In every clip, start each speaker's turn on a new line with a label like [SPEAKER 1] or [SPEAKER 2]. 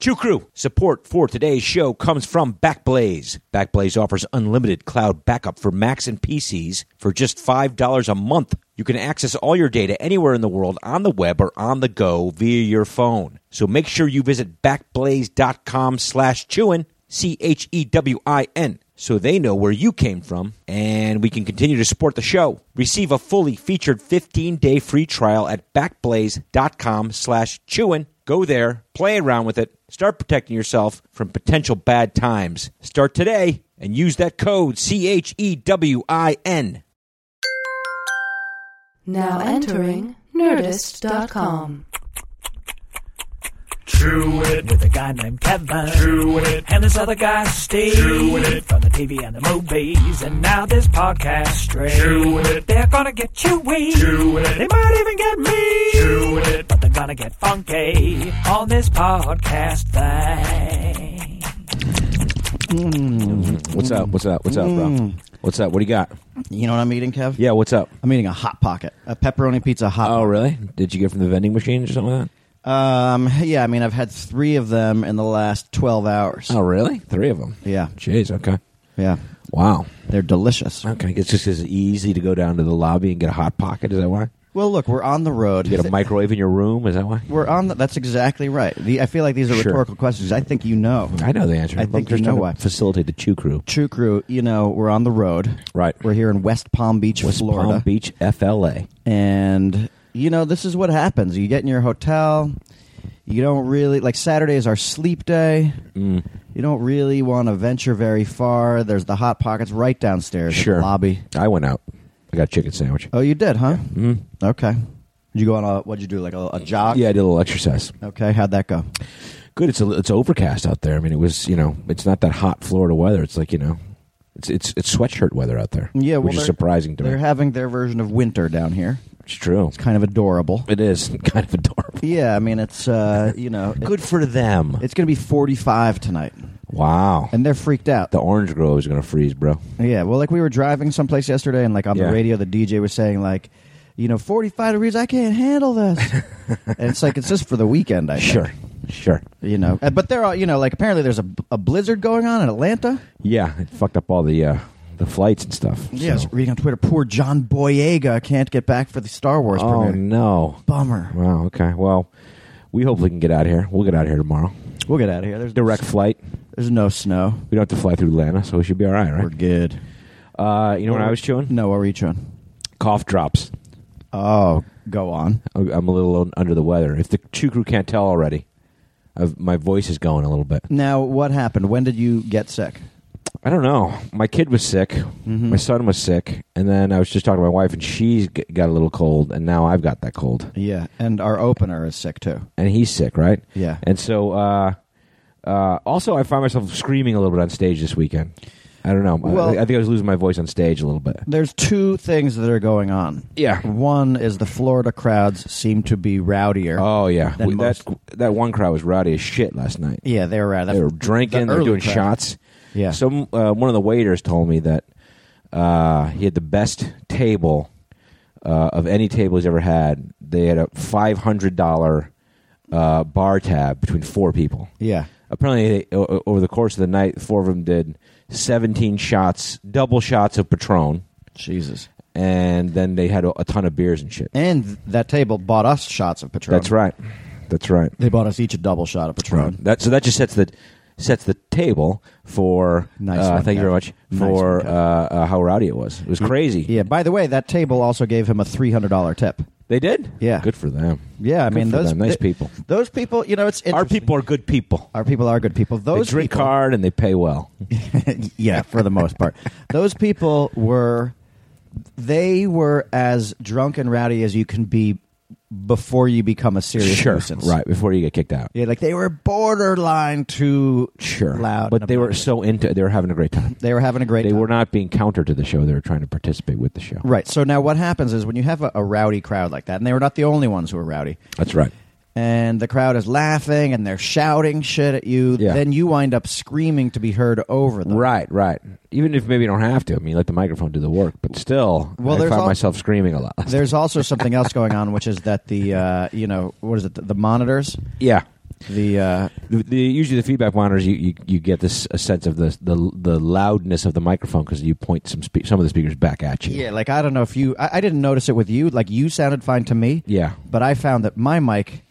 [SPEAKER 1] Q Crew. Support for today's show comes from Backblaze. Backblaze offers unlimited cloud backup for Macs and PCs for just $5 a month. You can access all your data anywhere in the world on the web or on the go via your phone. So make sure you visit backblaze.com slash chewin, E C-H-E-W-I-N, so they know where you came from and we can continue to support the show. Receive a fully featured 15-day free trial at backblaze.com slash chewin. Go there, play around with it, start protecting yourself from potential bad times. Start today and use that code E C-H-E-W-I-N.
[SPEAKER 2] Now entering Nerdist.com.
[SPEAKER 3] Truett with a guy named Kevin. Truett and this other guy Steve. Truett from the TV and the movies and now this podcast straight. Truett they're gonna get chewy. Truett they might even get me. Truett but they're gonna get funky on this podcast thing.
[SPEAKER 1] What's up? What's up? What's up, bro? What's up? What do you got?
[SPEAKER 4] You know what I'm eating, Kev?
[SPEAKER 1] Yeah, what's up?
[SPEAKER 4] I'm eating a hot pocket, a pepperoni pizza hot.
[SPEAKER 1] Oh, really? Did you get from the vending machine or something like that?
[SPEAKER 4] Um, yeah, I mean, I've had three of them in the last 12 hours.
[SPEAKER 1] Oh, really? Three of them.
[SPEAKER 4] Yeah.
[SPEAKER 1] Jeez. Okay.
[SPEAKER 4] Yeah,
[SPEAKER 1] Wow.
[SPEAKER 4] they're delicious.
[SPEAKER 1] Okay. It's just as easy to go down to the lobby and get a hot pocket. Is that why?
[SPEAKER 4] Well, look, we're on the road.
[SPEAKER 1] You get a microwave in your room. Is that why?
[SPEAKER 4] We're on the. That's exactly right. The, I feel like these are
[SPEAKER 1] Sure.
[SPEAKER 4] rhetorical questions. I think you know.
[SPEAKER 1] I know the answer.
[SPEAKER 4] I
[SPEAKER 1] I'm
[SPEAKER 4] think
[SPEAKER 1] just
[SPEAKER 4] you
[SPEAKER 1] trying
[SPEAKER 4] know
[SPEAKER 1] to
[SPEAKER 4] why.
[SPEAKER 1] Facilitate the chew crew.
[SPEAKER 4] True crew, you know, we're on the road.
[SPEAKER 1] Right.
[SPEAKER 4] We're here in West Palm Beach,
[SPEAKER 1] West
[SPEAKER 4] Florida.
[SPEAKER 1] Palm Beach, FLA.
[SPEAKER 4] and you know this is what happens you get in your hotel you don't really like saturday is our sleep day
[SPEAKER 1] Mm.
[SPEAKER 4] you don't really want to venture very far there's the hot pockets right downstairs in the
[SPEAKER 1] Sure.
[SPEAKER 4] lobby
[SPEAKER 1] I went out. I got a chicken sandwich.
[SPEAKER 4] oh you did huh mm. okay did you go on a what'd you do like a, a jog
[SPEAKER 1] Yeah, I did a little exercise.
[SPEAKER 4] okay how'd that go
[SPEAKER 1] Good. It's a, it's overcast out there. I mean, it was you know, it's not that hot Florida weather. It's like you know, it's it's it's sweatshirt weather out there.
[SPEAKER 4] yeah well,
[SPEAKER 1] which is
[SPEAKER 4] they're-
[SPEAKER 1] surprising to
[SPEAKER 4] they're
[SPEAKER 1] me.
[SPEAKER 4] having their version of winter down here
[SPEAKER 1] it's true.
[SPEAKER 4] it's kind of adorable
[SPEAKER 1] It is kind of adorable.
[SPEAKER 4] yeah i mean it's uh you know it-
[SPEAKER 1] Good for them.
[SPEAKER 4] it's gonna be 45 tonight
[SPEAKER 1] wow.
[SPEAKER 4] and they're freaked out
[SPEAKER 1] the orange grove is going to freeze, bro.
[SPEAKER 4] Yeah, well, like we were driving someplace yesterday, and like on
[SPEAKER 1] Yeah.
[SPEAKER 4] the radio, the DJ was saying like, you know, forty five degrees, I can't handle this. and it's like it's just for the weekend, I think,
[SPEAKER 1] Sure. Sure.
[SPEAKER 4] You know, Uh, but there are you know like apparently there's a, a blizzard going on in Atlanta.
[SPEAKER 1] Yeah, it fucked up all the uh, the flights and stuff.
[SPEAKER 4] Yeah, I was
[SPEAKER 1] so-
[SPEAKER 4] reading on Twitter, poor John Boyega can't get back for the Star Wars
[SPEAKER 1] Oh
[SPEAKER 4] premiere.
[SPEAKER 1] no.
[SPEAKER 4] Bummer.
[SPEAKER 1] Wow. Okay. Well, we hopefully can get out of here. We'll get out of here tomorrow.
[SPEAKER 4] We'll get out of here. There's
[SPEAKER 1] Direct flight.
[SPEAKER 4] There's no snow.
[SPEAKER 1] We don't have to fly through Atlanta, so we should be all right,
[SPEAKER 4] We're
[SPEAKER 1] right?
[SPEAKER 4] good.
[SPEAKER 1] Uh, you know what I was chewing?
[SPEAKER 4] No, what were you chewing?
[SPEAKER 1] Cough drops.
[SPEAKER 4] Oh, go on.
[SPEAKER 1] I'm I'm a little un- under the weather. If the chew crew can't tell already, I've, my voice is going a little bit.
[SPEAKER 4] Now, what happened? When did you get sick?
[SPEAKER 1] I don't know. My kid was sick.
[SPEAKER 4] Mm-hmm.
[SPEAKER 1] My son was sick, and then I was just talking to my wife, and she's g- got a little cold, and now I've got that cold,
[SPEAKER 4] Yeah, and our opener is sick too.
[SPEAKER 1] and he's sick, right?
[SPEAKER 4] Yeah.
[SPEAKER 1] And so, uh, uh, also, I find myself screaming a little bit on stage this weekend. I don't know. I-
[SPEAKER 4] Well-
[SPEAKER 1] I, think I was losing my voice on stage a little bit.
[SPEAKER 4] There's two things that are going on.
[SPEAKER 1] Yeah.
[SPEAKER 4] One is the Florida crowds seem to be rowdier.
[SPEAKER 1] Oh yeah,
[SPEAKER 4] Than
[SPEAKER 1] We- that
[SPEAKER 4] most.
[SPEAKER 1] that one crowd was rowdy as shit last night.
[SPEAKER 4] yeah, they were rowdy.
[SPEAKER 1] They were drinking.
[SPEAKER 4] the
[SPEAKER 1] they were
[SPEAKER 4] early
[SPEAKER 1] doing
[SPEAKER 4] crowd.
[SPEAKER 1] shots.
[SPEAKER 4] Yeah.
[SPEAKER 1] Some uh, one of the waiters told me that uh, he had the best table uh, of any table he's ever had. They had a five hundred dollar uh, bar tab between four people.
[SPEAKER 4] Yeah.
[SPEAKER 1] Apparently, they, o- over the course of the night, four of them did seventeen shots, double shots of Patron,
[SPEAKER 4] Jesus.
[SPEAKER 1] and then they had a, a ton of beers and shit.
[SPEAKER 4] And th- that table bought us shots of Patron.
[SPEAKER 1] That's right. That's right.
[SPEAKER 4] They bought us each a double shot of Patron.
[SPEAKER 1] Right. That so that just sets the sets the table for.
[SPEAKER 4] Nice
[SPEAKER 1] uh,
[SPEAKER 4] one,
[SPEAKER 1] thank you very
[SPEAKER 4] Kev.
[SPEAKER 1] much
[SPEAKER 4] Nice
[SPEAKER 1] for
[SPEAKER 4] one, Kev.
[SPEAKER 1] uh, uh, how rowdy it was. It was crazy.
[SPEAKER 4] Yeah. By the way, that table also gave him a three hundred dollar tip.
[SPEAKER 1] They did.
[SPEAKER 4] Yeah.
[SPEAKER 1] Good for them.
[SPEAKER 4] Yeah, I
[SPEAKER 1] Good
[SPEAKER 4] mean
[SPEAKER 1] for
[SPEAKER 4] those
[SPEAKER 1] them. nice
[SPEAKER 4] th-
[SPEAKER 1] people.
[SPEAKER 4] Those people, you know, it's
[SPEAKER 1] Our
[SPEAKER 4] interesting.
[SPEAKER 1] people are good people.
[SPEAKER 4] Our people are good people. Those
[SPEAKER 1] they drink
[SPEAKER 4] people,
[SPEAKER 1] hard and they pay well.
[SPEAKER 4] yeah, for the most part. Those people were they were as drunk and rowdy as you can be before you become a serious
[SPEAKER 1] sure.
[SPEAKER 4] nuisance.
[SPEAKER 1] Right before you get kicked out.
[SPEAKER 4] Yeah, like they were borderline too
[SPEAKER 1] Sure.
[SPEAKER 4] loud.
[SPEAKER 1] But
[SPEAKER 4] and
[SPEAKER 1] they were
[SPEAKER 4] obnoxious.
[SPEAKER 1] so into. They were having a great time.
[SPEAKER 4] they were having a great
[SPEAKER 1] They
[SPEAKER 4] time.
[SPEAKER 1] were not being counter to the show. They were trying to participate with the show.
[SPEAKER 4] Right. So now what happens is when you have a, a rowdy crowd like that, and they were not the only ones who were rowdy,
[SPEAKER 1] That's right.
[SPEAKER 4] and the crowd is laughing and they're shouting shit at you,
[SPEAKER 1] Yeah.
[SPEAKER 4] then you wind up screaming to be heard over them.
[SPEAKER 1] Right, right. Even if maybe you don't have to. I mean, let the microphone do the work. But still,
[SPEAKER 4] Well,
[SPEAKER 1] I
[SPEAKER 4] there's
[SPEAKER 1] find
[SPEAKER 4] al-
[SPEAKER 1] myself screaming a lot.
[SPEAKER 4] There's also something else going on, which is that the uh, you know what is it? The, the monitors
[SPEAKER 1] yeah.
[SPEAKER 4] The uh,
[SPEAKER 1] The, the, usually, the feedback monitors you, you, you get this a sense of the the, the loudness of the microphone because you point some spe- some of the speakers back at you.
[SPEAKER 4] yeah, like I don't know if you, I, I didn't notice it with you. Like you sounded fine to me.
[SPEAKER 1] Yeah.
[SPEAKER 4] but I found that my mic,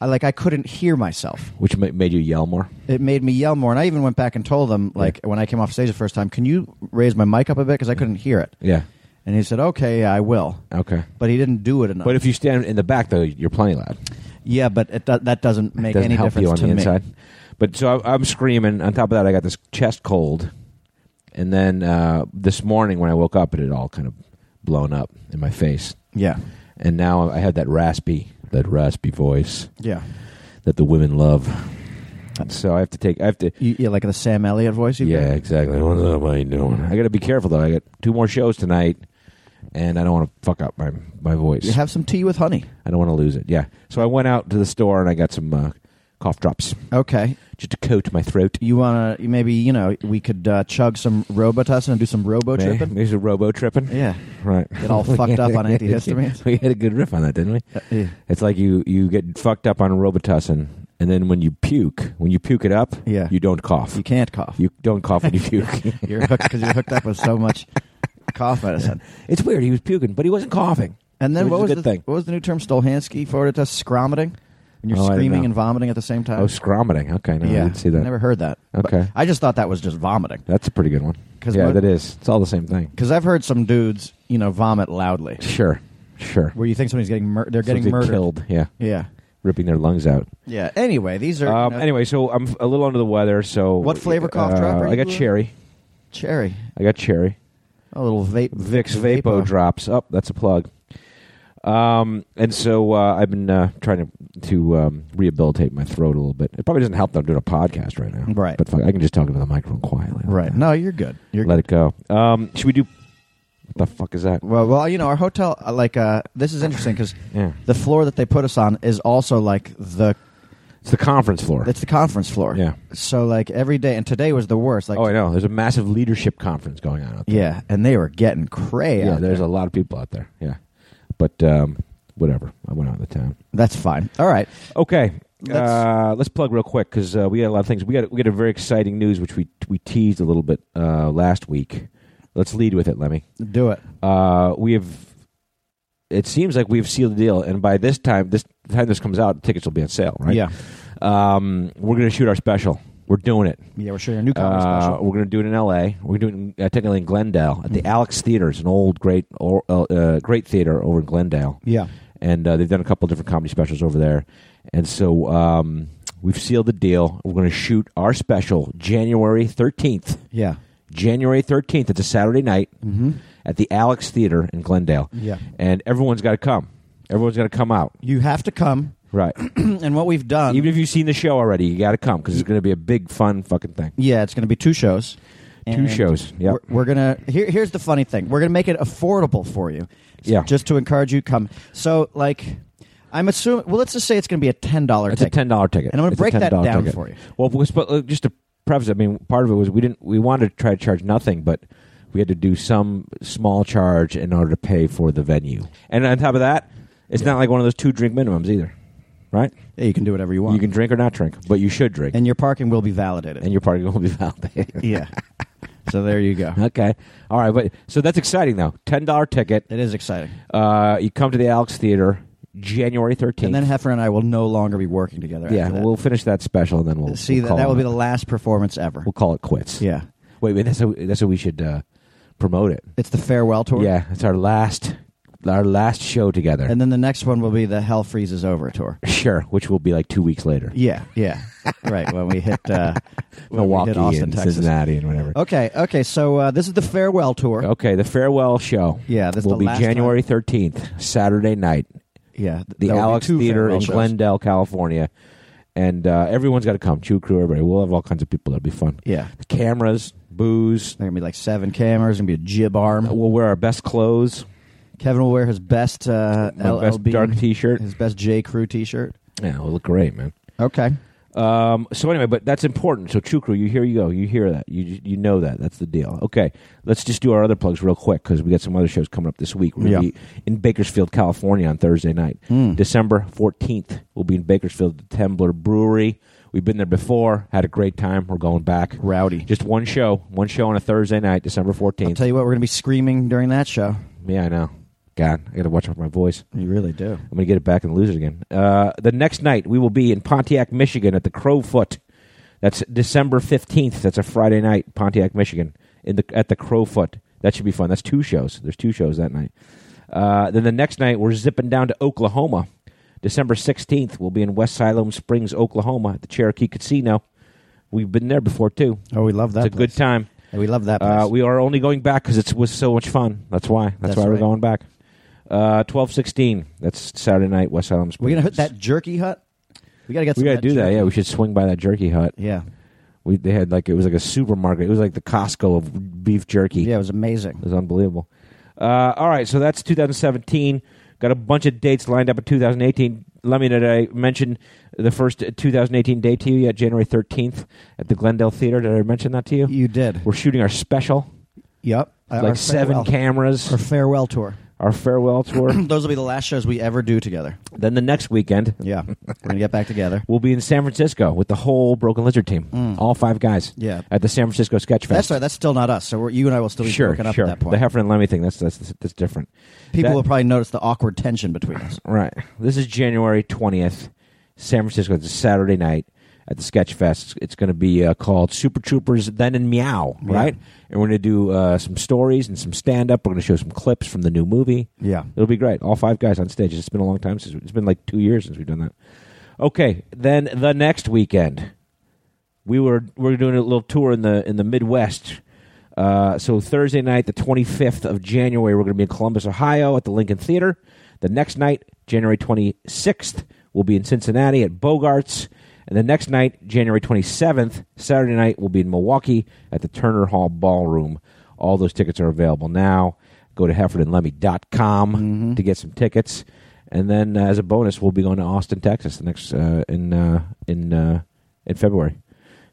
[SPEAKER 4] I, like I couldn't hear myself.
[SPEAKER 1] which ma- made you yell more.
[SPEAKER 4] It made me yell more, and I even went back and told them, like when I came off stage the first time, can you raise my mic up a bit because I couldn't hear it.
[SPEAKER 1] Yeah.
[SPEAKER 4] And he said, okay, yeah, I will.
[SPEAKER 1] Okay.
[SPEAKER 4] But he didn't do it enough.
[SPEAKER 1] But if you stand in the back, though, you're plenty loud.
[SPEAKER 4] yeah, but it do- that doesn't make
[SPEAKER 1] doesn't
[SPEAKER 4] any
[SPEAKER 1] help
[SPEAKER 4] difference
[SPEAKER 1] you on
[SPEAKER 4] to
[SPEAKER 1] the
[SPEAKER 4] me.
[SPEAKER 1] inside. But so I, I'm screaming. On top of that, I got this chest cold, and then uh, this morning when I woke up, it had all kind of blown up in my face,
[SPEAKER 4] Yeah,
[SPEAKER 1] and now I had that raspy, that raspy voice
[SPEAKER 4] yeah,
[SPEAKER 1] that the women love. So I have to take. I have to.
[SPEAKER 4] you, yeah, like the Sam Elliott voice. You've
[SPEAKER 1] Yeah,
[SPEAKER 4] got?
[SPEAKER 1] exactly. What am I doing? I got to be careful though. I got two more shows tonight, and I don't want to fuck up my my voice.
[SPEAKER 4] You have some tea with honey.
[SPEAKER 1] I don't want to lose it. Yeah. So I went out to the store and I got some uh, cough drops
[SPEAKER 4] Okay,
[SPEAKER 1] just to coat my throat.
[SPEAKER 4] you wanna you maybe you know we could uh, chug some Robitussin and do some Robo
[SPEAKER 1] May-
[SPEAKER 4] tripping.
[SPEAKER 1] Maybe it's a robo tripping.
[SPEAKER 4] Yeah,
[SPEAKER 1] Right.
[SPEAKER 4] Get all fucked up on antihistamines.
[SPEAKER 1] we had a good riff on that, didn't we?
[SPEAKER 4] Uh, yeah.
[SPEAKER 1] It's like you you get fucked up on Robitussin, and then when you puke, when you puke it up,
[SPEAKER 4] Yeah.
[SPEAKER 1] you don't cough.
[SPEAKER 4] you can't cough.
[SPEAKER 1] You don't cough when you puke.
[SPEAKER 4] You're hooked because you're hooked up with so much cough medicine.
[SPEAKER 1] it's weird. He was puking, but he wasn't coughing.
[SPEAKER 4] And then
[SPEAKER 1] Which
[SPEAKER 4] what
[SPEAKER 1] is
[SPEAKER 4] was
[SPEAKER 1] a good
[SPEAKER 4] the
[SPEAKER 1] thing.
[SPEAKER 4] what was the new term? Stolhansky forwarded to us, scromiting, and you're
[SPEAKER 1] Oh, I don't know.
[SPEAKER 4] screaming and vomiting at the same time.
[SPEAKER 1] Oh, scromiting. Okay, no, I
[SPEAKER 4] yeah,
[SPEAKER 1] didn't see that.
[SPEAKER 4] Never heard that. But
[SPEAKER 1] Okay.
[SPEAKER 4] I just thought that was just vomiting
[SPEAKER 1] That's a pretty good one.
[SPEAKER 4] 'Cause
[SPEAKER 1] yeah,
[SPEAKER 4] what-
[SPEAKER 1] that is. It's all the same thing.
[SPEAKER 4] because I've heard some dudes you know vomit loudly
[SPEAKER 1] Sure, sure.
[SPEAKER 4] where you think somebody's getting mur- they're getting
[SPEAKER 1] Somebody
[SPEAKER 4] murdered.
[SPEAKER 1] killed. Yeah,
[SPEAKER 4] Yeah,
[SPEAKER 1] ripping their lungs out.
[SPEAKER 4] yeah. Anyway, these are you
[SPEAKER 1] Um,
[SPEAKER 4] know,
[SPEAKER 1] anyway, so I'm a little under the weather. So uh,
[SPEAKER 4] What flavor cough drop are
[SPEAKER 1] I got
[SPEAKER 4] you-
[SPEAKER 1] cherry.
[SPEAKER 4] cherry,
[SPEAKER 1] I got cherry.
[SPEAKER 4] a little vape,
[SPEAKER 1] Vicks Vapo drops. Up, that's a plug. Um, and so uh, I've been uh, trying to to um, rehabilitate my throat a little bit. It probably doesn't help that I'm doing a podcast right now,
[SPEAKER 4] Right.
[SPEAKER 1] But fuck, I can just talk into the microphone quietly,
[SPEAKER 4] Right. No, you're good. You're
[SPEAKER 1] Let it go. Um, should we do? What the fuck is that?
[SPEAKER 4] Well, well, you know, our hotel, uh, like, uh, this is interesting because
[SPEAKER 1] Yeah,
[SPEAKER 4] the floor that they put us on is also like the
[SPEAKER 1] it's the conference floor.
[SPEAKER 4] it's the conference floor.
[SPEAKER 1] Yeah.
[SPEAKER 4] So like every day, and today was the worst. Like,
[SPEAKER 1] oh, I know. There's a massive leadership conference going on out there.
[SPEAKER 4] yeah, and they were getting cray.
[SPEAKER 1] yeah.
[SPEAKER 4] out
[SPEAKER 1] There's
[SPEAKER 4] there.
[SPEAKER 1] a lot of people out there. Yeah, but um, whatever. I went out of the town.
[SPEAKER 4] that's fine. All right.
[SPEAKER 1] Okay.
[SPEAKER 4] Let's-
[SPEAKER 1] uh, let's plug real quick because uh, we got a lot of things. We got we got a very exciting news which we we teased a little bit uh, last week. Let's lead with it, Lemmy.
[SPEAKER 4] Do it.
[SPEAKER 1] Uh, we have. It seems like we've sealed the deal, and by this time, this the time this comes out, tickets will be on sale, right?
[SPEAKER 4] Yeah.
[SPEAKER 1] Um, we're going to shoot our special. We're doing it.
[SPEAKER 4] Yeah, we're shooting a new comedy
[SPEAKER 1] Uh,
[SPEAKER 4] special. Mm.
[SPEAKER 1] we're going to do it in L.A. We're doing uh, technically in Glendale at the Alex Theater. It's an old great or, uh, uh, great theater over in Glendale
[SPEAKER 4] Yeah.
[SPEAKER 1] and uh, they've done a couple different comedy specials over there. And so um, we've sealed the deal. We're going to shoot our special January 13th.
[SPEAKER 4] Yeah.
[SPEAKER 1] January 13th. It's a Saturday night
[SPEAKER 4] Mm-hmm.
[SPEAKER 1] at the Alex Theater in Glendale.
[SPEAKER 4] Yeah.
[SPEAKER 1] And everyone's got to come. Everyone's got to come out.
[SPEAKER 4] You have to come,
[SPEAKER 1] Right.
[SPEAKER 4] and what we've done.
[SPEAKER 1] Even if you've seen the show already, you got to come because it's going to be a big, fun fucking thing.
[SPEAKER 4] yeah, it's going to be two shows.
[SPEAKER 1] Two
[SPEAKER 4] And
[SPEAKER 1] shows. Yep.
[SPEAKER 4] We're, we're gonna. Here, here's the funny thing. We're gonna make it affordable for you.
[SPEAKER 1] Yeah.
[SPEAKER 4] Just to encourage you to come. So like, I'm assuming. Well, let's just say it's gonna be a ten dollar
[SPEAKER 1] It's a
[SPEAKER 4] ticket.
[SPEAKER 1] ten dollar ticket,
[SPEAKER 4] And I'm gonna
[SPEAKER 1] It's a
[SPEAKER 4] break that
[SPEAKER 1] $10
[SPEAKER 4] down
[SPEAKER 1] ticket.
[SPEAKER 4] for you.
[SPEAKER 1] Well, we spo- uh, just to preface, I mean, part of it was we didn't we wanted to try to charge nothing, but we had to do some small charge in order to pay for the venue. And on top of that, it's not like one of those two drink minimums either, right?
[SPEAKER 4] yeah, you can do whatever you want.
[SPEAKER 1] You can drink or not drink, but you should drink, and,
[SPEAKER 4] and your parking will be validated.
[SPEAKER 1] your party will be validated.
[SPEAKER 4] yeah. so there you go.
[SPEAKER 1] okay, all right, but so that's exciting though. Ten dollar ticket.
[SPEAKER 4] It is exciting.
[SPEAKER 1] Uh, you come to the Alex Theater, January thirteenth.
[SPEAKER 4] And then Heffer and I will no longer be working together.
[SPEAKER 1] yeah,
[SPEAKER 4] after that.
[SPEAKER 1] we'll finish that special, and then we'll
[SPEAKER 4] see
[SPEAKER 1] we'll
[SPEAKER 4] that.
[SPEAKER 1] call
[SPEAKER 4] That will
[SPEAKER 1] it-
[SPEAKER 4] be the last performance ever.
[SPEAKER 1] we'll call it quits.
[SPEAKER 4] yeah.
[SPEAKER 1] Wait, wait that's how, that's how we should uh, promote it.
[SPEAKER 4] It's the farewell tour.
[SPEAKER 1] Yeah, it's our last our last show together.
[SPEAKER 4] And then the next one will be the Hell Freezes Over tour.
[SPEAKER 1] sure, which will be like two weeks later.
[SPEAKER 4] Yeah, yeah, right. When we hit uh, when we
[SPEAKER 1] Milwaukee
[SPEAKER 4] hit Austin,
[SPEAKER 1] and
[SPEAKER 4] Texas. Oh,
[SPEAKER 1] Cincinnati and whatever.
[SPEAKER 4] Okay, okay. So uh, this is the farewell tour.
[SPEAKER 1] Okay, the farewell show.
[SPEAKER 4] Yeah, this is
[SPEAKER 1] will
[SPEAKER 4] the
[SPEAKER 1] be
[SPEAKER 4] last
[SPEAKER 1] January thirteenth, Saturday night,
[SPEAKER 4] Yeah, th-
[SPEAKER 1] the
[SPEAKER 4] there will be
[SPEAKER 1] Alex
[SPEAKER 4] two
[SPEAKER 1] Theater
[SPEAKER 4] farewell
[SPEAKER 1] in
[SPEAKER 4] shows.
[SPEAKER 1] Glendale, California, and uh, everyone's got to come. Chew crew, everybody. We'll have all kinds of people. That'll be fun.
[SPEAKER 4] Yeah,
[SPEAKER 1] Cameras, booze.
[SPEAKER 4] there are gonna be like seven cameras. Gonna be a jib arm.
[SPEAKER 1] We'll wear our best clothes.
[SPEAKER 4] Kevin will wear his best uh,
[SPEAKER 1] My
[SPEAKER 4] LL
[SPEAKER 1] best
[SPEAKER 4] Bean-
[SPEAKER 1] dark T-shirt.
[SPEAKER 4] his best J Crew T-shirt.
[SPEAKER 1] Yeah, we'll look great, man.
[SPEAKER 4] Okay,
[SPEAKER 1] Um, so anyway, but that's important. So Chukru, you here you go. You hear that. You you know that. That's the deal. Okay, let's just do our other plugs real quick because we got some other shows coming up this week. We're gonna
[SPEAKER 4] Yeah. Hmm.
[SPEAKER 1] be in Bakersfield, California on Thursday night, December fourteenth. We'll be in Bakersfield, at the Tembler Brewery. We've been there before. Had a great time. We're going back.
[SPEAKER 4] Rowdy.
[SPEAKER 1] Just one show. One show on a Thursday night, December
[SPEAKER 4] I'll
[SPEAKER 1] fourteenth.
[SPEAKER 4] tell you what, we're going to be screaming during that show.
[SPEAKER 1] yeah, I know. God, I got to watch out for my voice.
[SPEAKER 4] You really do.
[SPEAKER 1] I'm going to get it back and lose it again. Uh, the next night, we will be in Pontiac, Michigan at the Crowfoot. That's December 15th. That's a Friday night, Pontiac, Michigan, in the, at the Crowfoot. That should be fun. That's two shows. There's two shows that night. Uh, then the next night, we're zipping down to Oklahoma. December 16th, we'll be in West Siloam Springs, Oklahoma at the Cherokee Casino. We've been there before, too.
[SPEAKER 4] Oh, we love that.
[SPEAKER 1] It's a good
[SPEAKER 4] place.
[SPEAKER 1] time.
[SPEAKER 4] Yeah, we love that. Place.
[SPEAKER 1] Uh, we are only going back because it was so much fun. That's why. That's,
[SPEAKER 4] That's
[SPEAKER 1] why we're
[SPEAKER 4] right.
[SPEAKER 1] going back. Uh, twelve sixteen. That's Saturday night, West Adams.
[SPEAKER 4] we're gonna hit that jerky hut. We gotta get.
[SPEAKER 1] We
[SPEAKER 4] some
[SPEAKER 1] gotta
[SPEAKER 4] of
[SPEAKER 1] do that.
[SPEAKER 4] jerky.
[SPEAKER 1] Yeah, we should swing by that jerky hut.
[SPEAKER 4] Yeah.
[SPEAKER 1] We they had like it was like a supermarket. It was like the Costco of beef jerky.
[SPEAKER 4] Yeah, it was
[SPEAKER 1] It
[SPEAKER 4] amazing.
[SPEAKER 1] was unbelievable. Uh, all right, so that's 2017. Got a bunch of dates lined up in 2018. Let me know did I mention the first 2018 date to you yet? January 13th at the Glendale Theater. Did I mention that to you?
[SPEAKER 4] You did.
[SPEAKER 1] We're shooting our special,
[SPEAKER 4] yep. Uh, our
[SPEAKER 1] like seven
[SPEAKER 4] farewell-
[SPEAKER 1] cameras,
[SPEAKER 4] Our farewell tour.
[SPEAKER 1] our farewell tour.
[SPEAKER 4] Those will be the last shows we ever do together.
[SPEAKER 1] Then the next weekend,
[SPEAKER 4] Yeah, we're gonna get back together.
[SPEAKER 1] we'll be in San Francisco with the whole Broken Lizard team, all five guys.
[SPEAKER 4] Mm. Yeah.
[SPEAKER 1] at the San Francisco Sketch Fest.
[SPEAKER 4] That's right. That's still not us. So we're, you and I will still be
[SPEAKER 1] sure,
[SPEAKER 4] broken up
[SPEAKER 1] sure.
[SPEAKER 4] at that point.
[SPEAKER 1] The Heffernan and Lemmy thing. That's that's that's different.
[SPEAKER 4] People
[SPEAKER 1] that-
[SPEAKER 4] will probably notice the awkward tension between us.
[SPEAKER 1] Right. This is January twentieth, San Francisco. It's a Saturday night at the Sketch Fest. It's going to be uh, called Super Troopers Then and Meow.
[SPEAKER 4] Yeah.
[SPEAKER 1] Right. And we're going to do uh, some stories and some stand up. We're going to show some clips from the new movie.
[SPEAKER 4] Yeah.
[SPEAKER 1] It'll be great. All five guys on stage. It's been a long time since it's been like two years since we've done that. Okay, then the next weekend, we were we were doing a little tour in the in the Midwest. Uh, so Thursday night, the twenty fifth of January, we're going to be in Columbus, Ohio, at the Lincoln Theater. The next night, January twenty sixth, we'll be in Cincinnati at Bogarts, and the next night, January twenty seventh, Saturday night, we'll be in Milwaukee at the Turner Hall Ballroom. All those tickets are available now. Go to heffordandlemmy.com to get some tickets. And then, uh, as a bonus, we'll be going to Austin, Texas, the next uh, in uh, in uh, in February,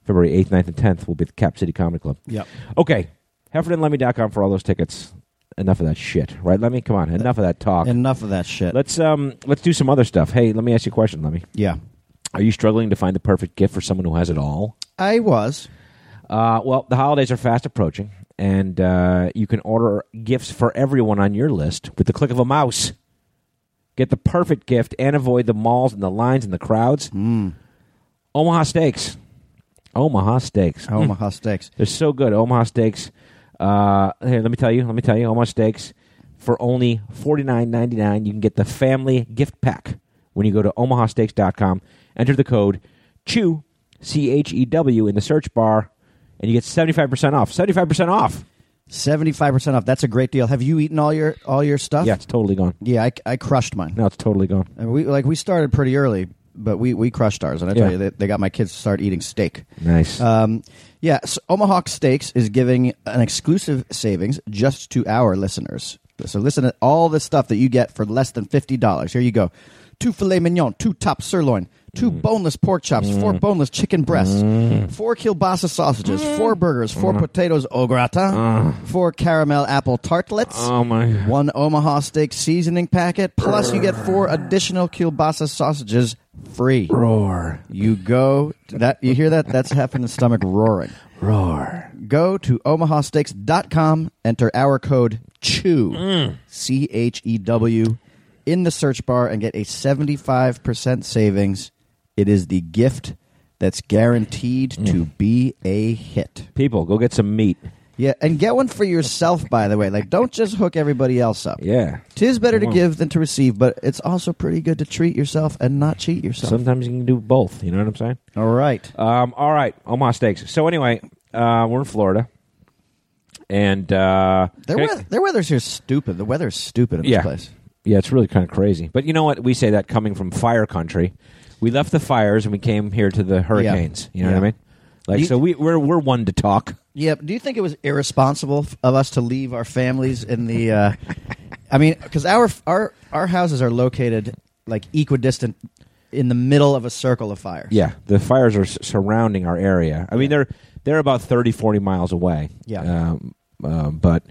[SPEAKER 1] February eighth, 9th, and tenth. We'll be at the Cap City Comedy Club.
[SPEAKER 4] Yep.
[SPEAKER 1] Okay, heffordandlemmy.com for all those tickets. Enough of that shit, right? Lemmy, come on. Enough of that talk.
[SPEAKER 4] Enough of that shit.
[SPEAKER 1] Let's um let's do some other stuff. Hey, let me ask you a question, Lemmy.
[SPEAKER 4] yeah.
[SPEAKER 1] Are you struggling to find the perfect gift for someone who has it all?
[SPEAKER 4] I was.
[SPEAKER 1] Uh, well, the holidays are fast approaching, and uh, you can order gifts for everyone on your list with the click of a mouse. Get the perfect gift and avoid the malls and the lines and the crowds. Omaha Steaks. Omaha Steaks.
[SPEAKER 4] Omaha Steaks.
[SPEAKER 1] They're so good. Omaha Steaks. Uh, here, let me tell you. Let me tell you. Omaha Steaks for only forty nine ninety nine. You can get the family gift pack when you go to omahasteaks.com. Enter the code CHEW C H E W in the search bar, and you get seventy five percent off. Seventy five percent off.
[SPEAKER 4] Seventy five percent off. That's a great deal. Have you eaten all your all your stuff?
[SPEAKER 1] Yeah, it's totally gone.
[SPEAKER 4] Yeah, I, I crushed mine.
[SPEAKER 1] No, it's totally gone.
[SPEAKER 4] And we like we started pretty early, but we, we crushed ours. And I tell
[SPEAKER 1] Yeah.
[SPEAKER 4] you, they, they got my kids to start eating steak.
[SPEAKER 1] Nice.
[SPEAKER 4] Um, yeah, so Omaha Steaks is giving an exclusive savings just to our listeners. So listen to all the stuff that you get for less than fifty dollars. Here you go: two filet mignon, two top sirloin, two
[SPEAKER 1] Mm.
[SPEAKER 4] boneless pork chops, four boneless chicken breasts, four kielbasa sausages,
[SPEAKER 1] Mm.
[SPEAKER 4] four burgers, four potatoes au gratin, four caramel apple tartlets,
[SPEAKER 1] Uh. oh my.
[SPEAKER 4] one Omaha steak seasoning packet, plus you get four additional kielbasa sausages free.
[SPEAKER 1] Roar.
[SPEAKER 4] You go that you hear that? That's having the stomach roaring.
[SPEAKER 1] Roar.
[SPEAKER 4] Go to omahasteaks.com, enter our code CHEW C H E W in the search bar and get a 75% savings. It is the gift that's guaranteed to be a hit.
[SPEAKER 1] People, go get some meat.
[SPEAKER 4] Yeah, and get one for yourself by the way. Like don't just hook everybody else up.
[SPEAKER 1] Yeah.
[SPEAKER 4] Tis better to
[SPEAKER 1] Wow.
[SPEAKER 4] give than to receive, but it's also pretty good to treat yourself and not cheat yourself.
[SPEAKER 1] Sometimes you can do both. You know what I'm saying?
[SPEAKER 4] All right.
[SPEAKER 1] Um, all right, Omaha Steaks. So anyway, uh, we're in Florida, and uh,
[SPEAKER 4] Their,
[SPEAKER 1] can I-
[SPEAKER 4] weather, their weather's here stupid. The weather's stupid in
[SPEAKER 1] yeah,
[SPEAKER 4] this place.
[SPEAKER 1] yeah, it's really kind of crazy. But you know what? We say that coming from fire country, we left the fires and we came here to the hurricanes. You know what I
[SPEAKER 4] Yeah.
[SPEAKER 1] mean? Like
[SPEAKER 4] You-
[SPEAKER 1] so, we we're we're one to talk.
[SPEAKER 4] Yeah, but do you think it was irresponsible f- of us to leave our families in the? Uh, I mean, because our our our houses are located like equidistant in the middle of a circle of fire.
[SPEAKER 1] Yeah, the fires are s- surrounding our area. I mean, they're they're about 30, 40 miles away.
[SPEAKER 4] Yeah.
[SPEAKER 1] Um, um, but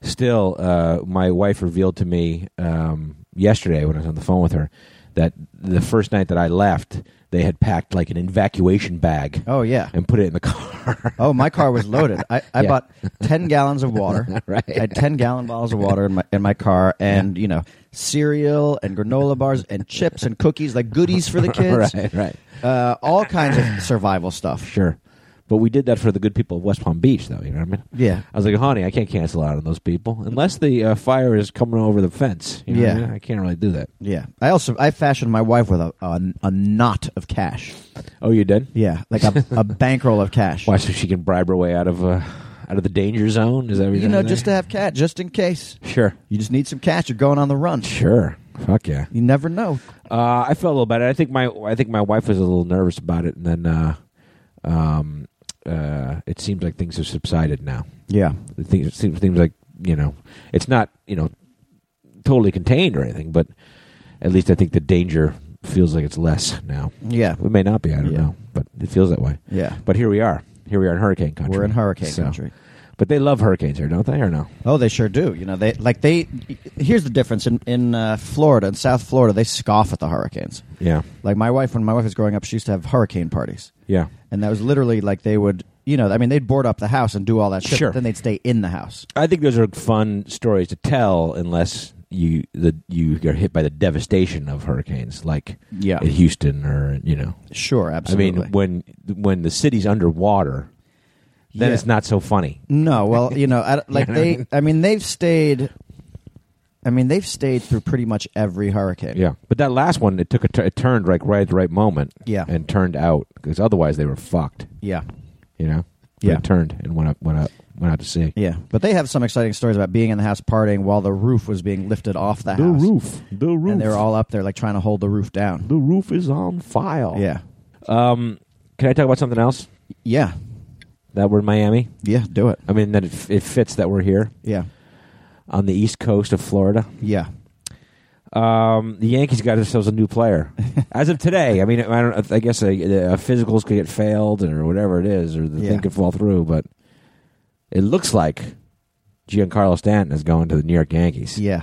[SPEAKER 1] still, uh, my wife revealed to me um, yesterday when I was on the phone with her that the first night that I left, they had packed like an evacuation bag
[SPEAKER 4] Oh yeah.
[SPEAKER 1] and put it in the car.
[SPEAKER 4] Oh, my car was loaded. I, I
[SPEAKER 1] Yeah.
[SPEAKER 4] bought ten gallons of water.
[SPEAKER 1] Right.
[SPEAKER 4] I had ten gallon bottles of water in my in my car, and you know, cereal and granola bars and chips and cookies, like goodies for the kids.
[SPEAKER 1] right, right,
[SPEAKER 4] Uh, all kinds of survival stuff.
[SPEAKER 1] sure. But we did that for the good people of West Palm Beach, though. You know what I mean?
[SPEAKER 4] Yeah.
[SPEAKER 1] I was like, honey, I can't cancel out on those people unless the uh, fire is coming over the fence. You know what I
[SPEAKER 4] Yeah.
[SPEAKER 1] mean? I can't really do that.
[SPEAKER 4] Yeah. I also I fashioned my wife with a a, a knot of cash.
[SPEAKER 1] Oh, you did?
[SPEAKER 4] Yeah, like a, a bankroll of cash.
[SPEAKER 1] Why? So she can bribe her way out of uh, out of the danger zone? Is that what you're
[SPEAKER 4] You know,
[SPEAKER 1] saying
[SPEAKER 4] just to
[SPEAKER 1] there?
[SPEAKER 4] have cash, just in case.
[SPEAKER 1] sure,
[SPEAKER 4] You just need some cash. You're going on the run.
[SPEAKER 1] sure, fuck yeah.
[SPEAKER 4] You never know.
[SPEAKER 1] Uh, I felt a little better. I think my I think my wife was a little nervous about it, and then uh, um, uh, it seems like things have subsided now.
[SPEAKER 4] Yeah.
[SPEAKER 1] It thi- it seems things like you know, it's not you know totally contained or anything, but at least I think the danger feels like it's less now.
[SPEAKER 4] Yeah.
[SPEAKER 1] It may not be. I don't
[SPEAKER 4] Yeah.
[SPEAKER 1] know, but it feels that way.
[SPEAKER 4] Yeah.
[SPEAKER 1] But here we are. Here we are in hurricane country.
[SPEAKER 4] We're in hurricane
[SPEAKER 1] So-
[SPEAKER 4] country.
[SPEAKER 1] But they love hurricanes here, don't they, or no?
[SPEAKER 4] Oh, they sure do. You know, they like they. Here's the difference in in uh, Florida and South Florida. They scoff at the hurricanes.
[SPEAKER 1] Yeah.
[SPEAKER 4] Like my wife, when my wife was growing up, she used to have hurricane parties,
[SPEAKER 1] Yeah.
[SPEAKER 4] and that was literally like they would. You know, I mean, they'd board up the house and do all that shit.
[SPEAKER 1] Sure.
[SPEAKER 4] but Then they'd stay in the house.
[SPEAKER 1] I think those are fun stories to tell unless you the you are hit by the devastation of hurricanes like
[SPEAKER 4] Yeah.
[SPEAKER 1] in Houston or you know.
[SPEAKER 4] Sure, absolutely.
[SPEAKER 1] I mean when when the city's underwater then
[SPEAKER 4] Yeah.
[SPEAKER 1] it's not so funny.
[SPEAKER 4] No, well, you know, I, don't- like they. I mean, they've stayed. I mean, they've stayed through pretty much every hurricane.
[SPEAKER 1] Yeah. But that last one it took a tu- it turned like right at the right moment
[SPEAKER 4] Yeah.
[SPEAKER 1] and turned out cuz otherwise they were fucked,
[SPEAKER 4] yeah,
[SPEAKER 1] you know. But
[SPEAKER 4] Yeah.
[SPEAKER 1] It turned and went up went up went out to sea.
[SPEAKER 4] yeah. But they have some exciting stories about being in the house partying while the roof was being lifted off the, house.
[SPEAKER 1] The roof.
[SPEAKER 4] and they were all up there like trying to hold the roof down.
[SPEAKER 1] the roof is on fire.
[SPEAKER 4] Yeah,
[SPEAKER 1] Um can I talk about something else
[SPEAKER 4] yeah,
[SPEAKER 1] that we're in Miami?
[SPEAKER 4] yeah. Do it.
[SPEAKER 1] I mean, that it, it fits that we're here
[SPEAKER 4] Yeah,
[SPEAKER 1] on the east coast of Florida.
[SPEAKER 4] yeah.
[SPEAKER 1] Um, the Yankees got themselves a new player as of today. I mean, I don't. I guess a, a physicals could get failed or whatever it is, or the
[SPEAKER 4] Yeah.
[SPEAKER 1] thing could fall through. But it looks like Giancarlo Stanton is going to the New York Yankees,
[SPEAKER 4] Yeah.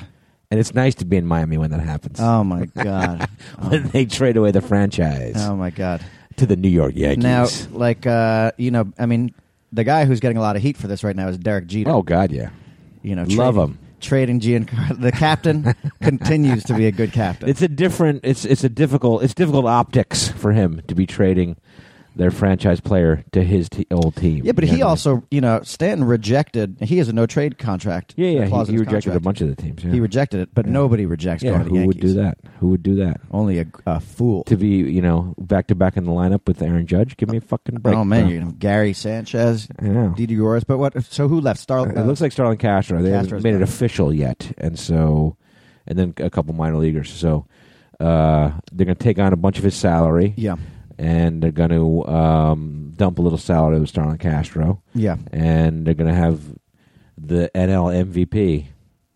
[SPEAKER 1] and it's nice to be in Miami when that happens.
[SPEAKER 4] Oh my god.
[SPEAKER 1] when they trade away the franchise
[SPEAKER 4] Oh my god.
[SPEAKER 1] to the New York Yankees.
[SPEAKER 4] Now, like, uh, you know, I mean, the guy who's getting a lot of heat for this right now is Derek Jeter.
[SPEAKER 1] oh God, yeah,
[SPEAKER 4] you know,
[SPEAKER 1] love
[SPEAKER 4] trading-
[SPEAKER 1] him.
[SPEAKER 4] Trading Giancarlo, the captain continues to be a good captain.
[SPEAKER 1] It's a different. It's it's a difficult. It's difficult optics for him to be trading their franchise player to his t- old team.
[SPEAKER 4] yeah, but
[SPEAKER 1] You
[SPEAKER 4] he
[SPEAKER 1] know what I
[SPEAKER 4] also, you know, Stanton rejected. He has a no trade contract.
[SPEAKER 1] mean? yeah
[SPEAKER 4] a
[SPEAKER 1] yeah
[SPEAKER 4] clause
[SPEAKER 1] he, he
[SPEAKER 4] in his
[SPEAKER 1] rejected a
[SPEAKER 4] contract.
[SPEAKER 1] bunch of the teams. Yeah.
[SPEAKER 4] He rejected it, but
[SPEAKER 1] Yeah.
[SPEAKER 4] nobody rejects
[SPEAKER 1] yeah,
[SPEAKER 4] going to
[SPEAKER 1] who would do
[SPEAKER 4] Yankees.
[SPEAKER 1] that? Who would do that?
[SPEAKER 4] Only a, a fool.
[SPEAKER 1] To be you know back to back in the lineup with Aaron Judge. Give me a fucking break.
[SPEAKER 4] oh man,
[SPEAKER 1] bro.
[SPEAKER 4] you're gonna have Gary Sanchez,
[SPEAKER 1] I know.
[SPEAKER 4] Didi Gores, but what? So who left? Star. uh,
[SPEAKER 1] It looks like Starlin Castro. They haven't
[SPEAKER 4] Castro's
[SPEAKER 1] made it
[SPEAKER 4] gone.
[SPEAKER 1] official yet, and so, and then a couple minor leaguers. So uh, they're going to take on a bunch of his salary,
[SPEAKER 4] yeah,
[SPEAKER 1] and they're going to um, dump a little salary with Starlin Castro.
[SPEAKER 4] yeah,
[SPEAKER 1] and they're going to have the NL MVP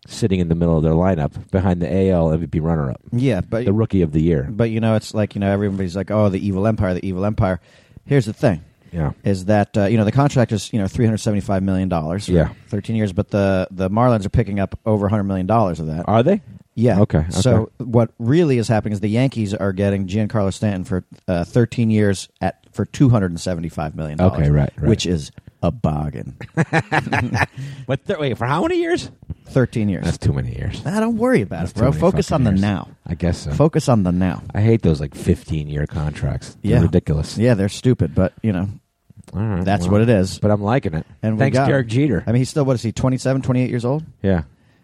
[SPEAKER 1] sitting in the middle of their lineup behind the AL MVP runner-up,
[SPEAKER 4] yeah. But
[SPEAKER 1] the rookie of the year.
[SPEAKER 4] but you know, it's like you know, everybody's like, oh, the evil empire, the evil empire. Here's the thing:
[SPEAKER 1] Yeah,
[SPEAKER 4] is that uh, you know the contract is you know three hundred seventy five million dollars,
[SPEAKER 1] Yeah.
[SPEAKER 4] thirteen years, but the the Marlins are picking up over hundred million dollars of that.
[SPEAKER 1] are they?
[SPEAKER 4] yeah.
[SPEAKER 1] Uh, okay, okay.
[SPEAKER 4] So what really is happening is the Yankees are getting Giancarlo Stanton for uh, thirteen years at for two hundred and seventy five million dollars.
[SPEAKER 1] Okay, right, right.
[SPEAKER 4] which is a bargain.
[SPEAKER 1] But th- wait, for how many years?
[SPEAKER 4] thirteen years.
[SPEAKER 1] That's too many years.
[SPEAKER 4] I don't worry about
[SPEAKER 1] That's
[SPEAKER 4] it, bro.
[SPEAKER 1] too many
[SPEAKER 4] Focus
[SPEAKER 1] fucking
[SPEAKER 4] on
[SPEAKER 1] years.
[SPEAKER 4] the now.
[SPEAKER 1] I guess so.
[SPEAKER 4] Focus on the now.
[SPEAKER 1] I hate those like fifteen-year contracts. They're
[SPEAKER 4] Yeah.
[SPEAKER 1] ridiculous.
[SPEAKER 4] Yeah, they're stupid, but you know
[SPEAKER 1] All right,
[SPEAKER 4] that's
[SPEAKER 1] well,
[SPEAKER 4] what it is.
[SPEAKER 1] But I'm liking it.
[SPEAKER 4] And we
[SPEAKER 1] thanks,
[SPEAKER 4] got him.
[SPEAKER 1] Derek Jeter.
[SPEAKER 4] I mean, he's still what is he? 27, 28 years old.
[SPEAKER 1] yeah,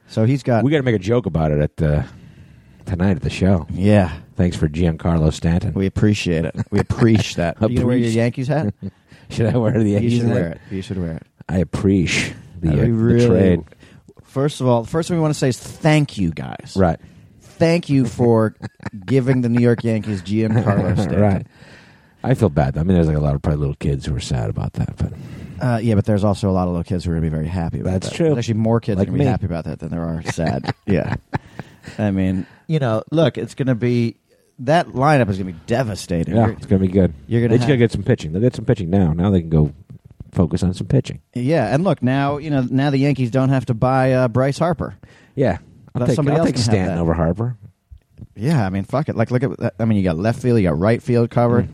[SPEAKER 4] So he's got.
[SPEAKER 1] we got to make a joke about it at the tonight at the show.
[SPEAKER 4] yeah,
[SPEAKER 1] Thanks for Giancarlo Stanton.
[SPEAKER 4] we appreciate it. We appreciate that. you gonna wear your
[SPEAKER 1] Appreciate.
[SPEAKER 4] Yankees hat?
[SPEAKER 1] should I wear the?
[SPEAKER 4] you
[SPEAKER 1] Yankees
[SPEAKER 4] should
[SPEAKER 1] hat?
[SPEAKER 4] wear it. You should wear it.
[SPEAKER 1] I appreciate the,
[SPEAKER 4] Uh,
[SPEAKER 1] uh,
[SPEAKER 4] we
[SPEAKER 1] the
[SPEAKER 4] really-
[SPEAKER 1] trade.
[SPEAKER 4] First of all, the first thing we want to say is thank you guys.
[SPEAKER 1] Right.
[SPEAKER 4] Thank you for giving the New York Yankees Giancarlo Stanton.
[SPEAKER 1] right. I feel bad. I mean, there's like a lot of probably little kids who are sad about that, but
[SPEAKER 4] Uh, yeah, but there's also a lot of little kids who are going to be very happy about
[SPEAKER 1] That's
[SPEAKER 4] that.
[SPEAKER 1] true.
[SPEAKER 4] There's actually more kids
[SPEAKER 1] Like
[SPEAKER 4] are going to
[SPEAKER 1] me.
[SPEAKER 4] be happy about that than there are sad. yeah. I mean, you know, look, it's going to be that lineup is going to be devastating.
[SPEAKER 1] Yeah,
[SPEAKER 4] You're-
[SPEAKER 1] it's gonna be good.
[SPEAKER 4] you're gonna
[SPEAKER 1] they just gotta
[SPEAKER 4] have-
[SPEAKER 1] get some pitching. They'll get some pitching now. Now they can go focus on some pitching.
[SPEAKER 4] Yeah, and look now, you know now the Yankees don't have to buy uh, Bryce Harper.
[SPEAKER 1] Yeah, I'll
[SPEAKER 4] Let
[SPEAKER 1] take,
[SPEAKER 4] somebody
[SPEAKER 1] I'll
[SPEAKER 4] else
[SPEAKER 1] take
[SPEAKER 4] can have
[SPEAKER 1] Stanton
[SPEAKER 4] that.
[SPEAKER 1] over Harper.
[SPEAKER 4] Yeah, I mean, fuck it. Like, look at that. I mean, you got left field, you got right field
[SPEAKER 1] Mm.
[SPEAKER 4] covered.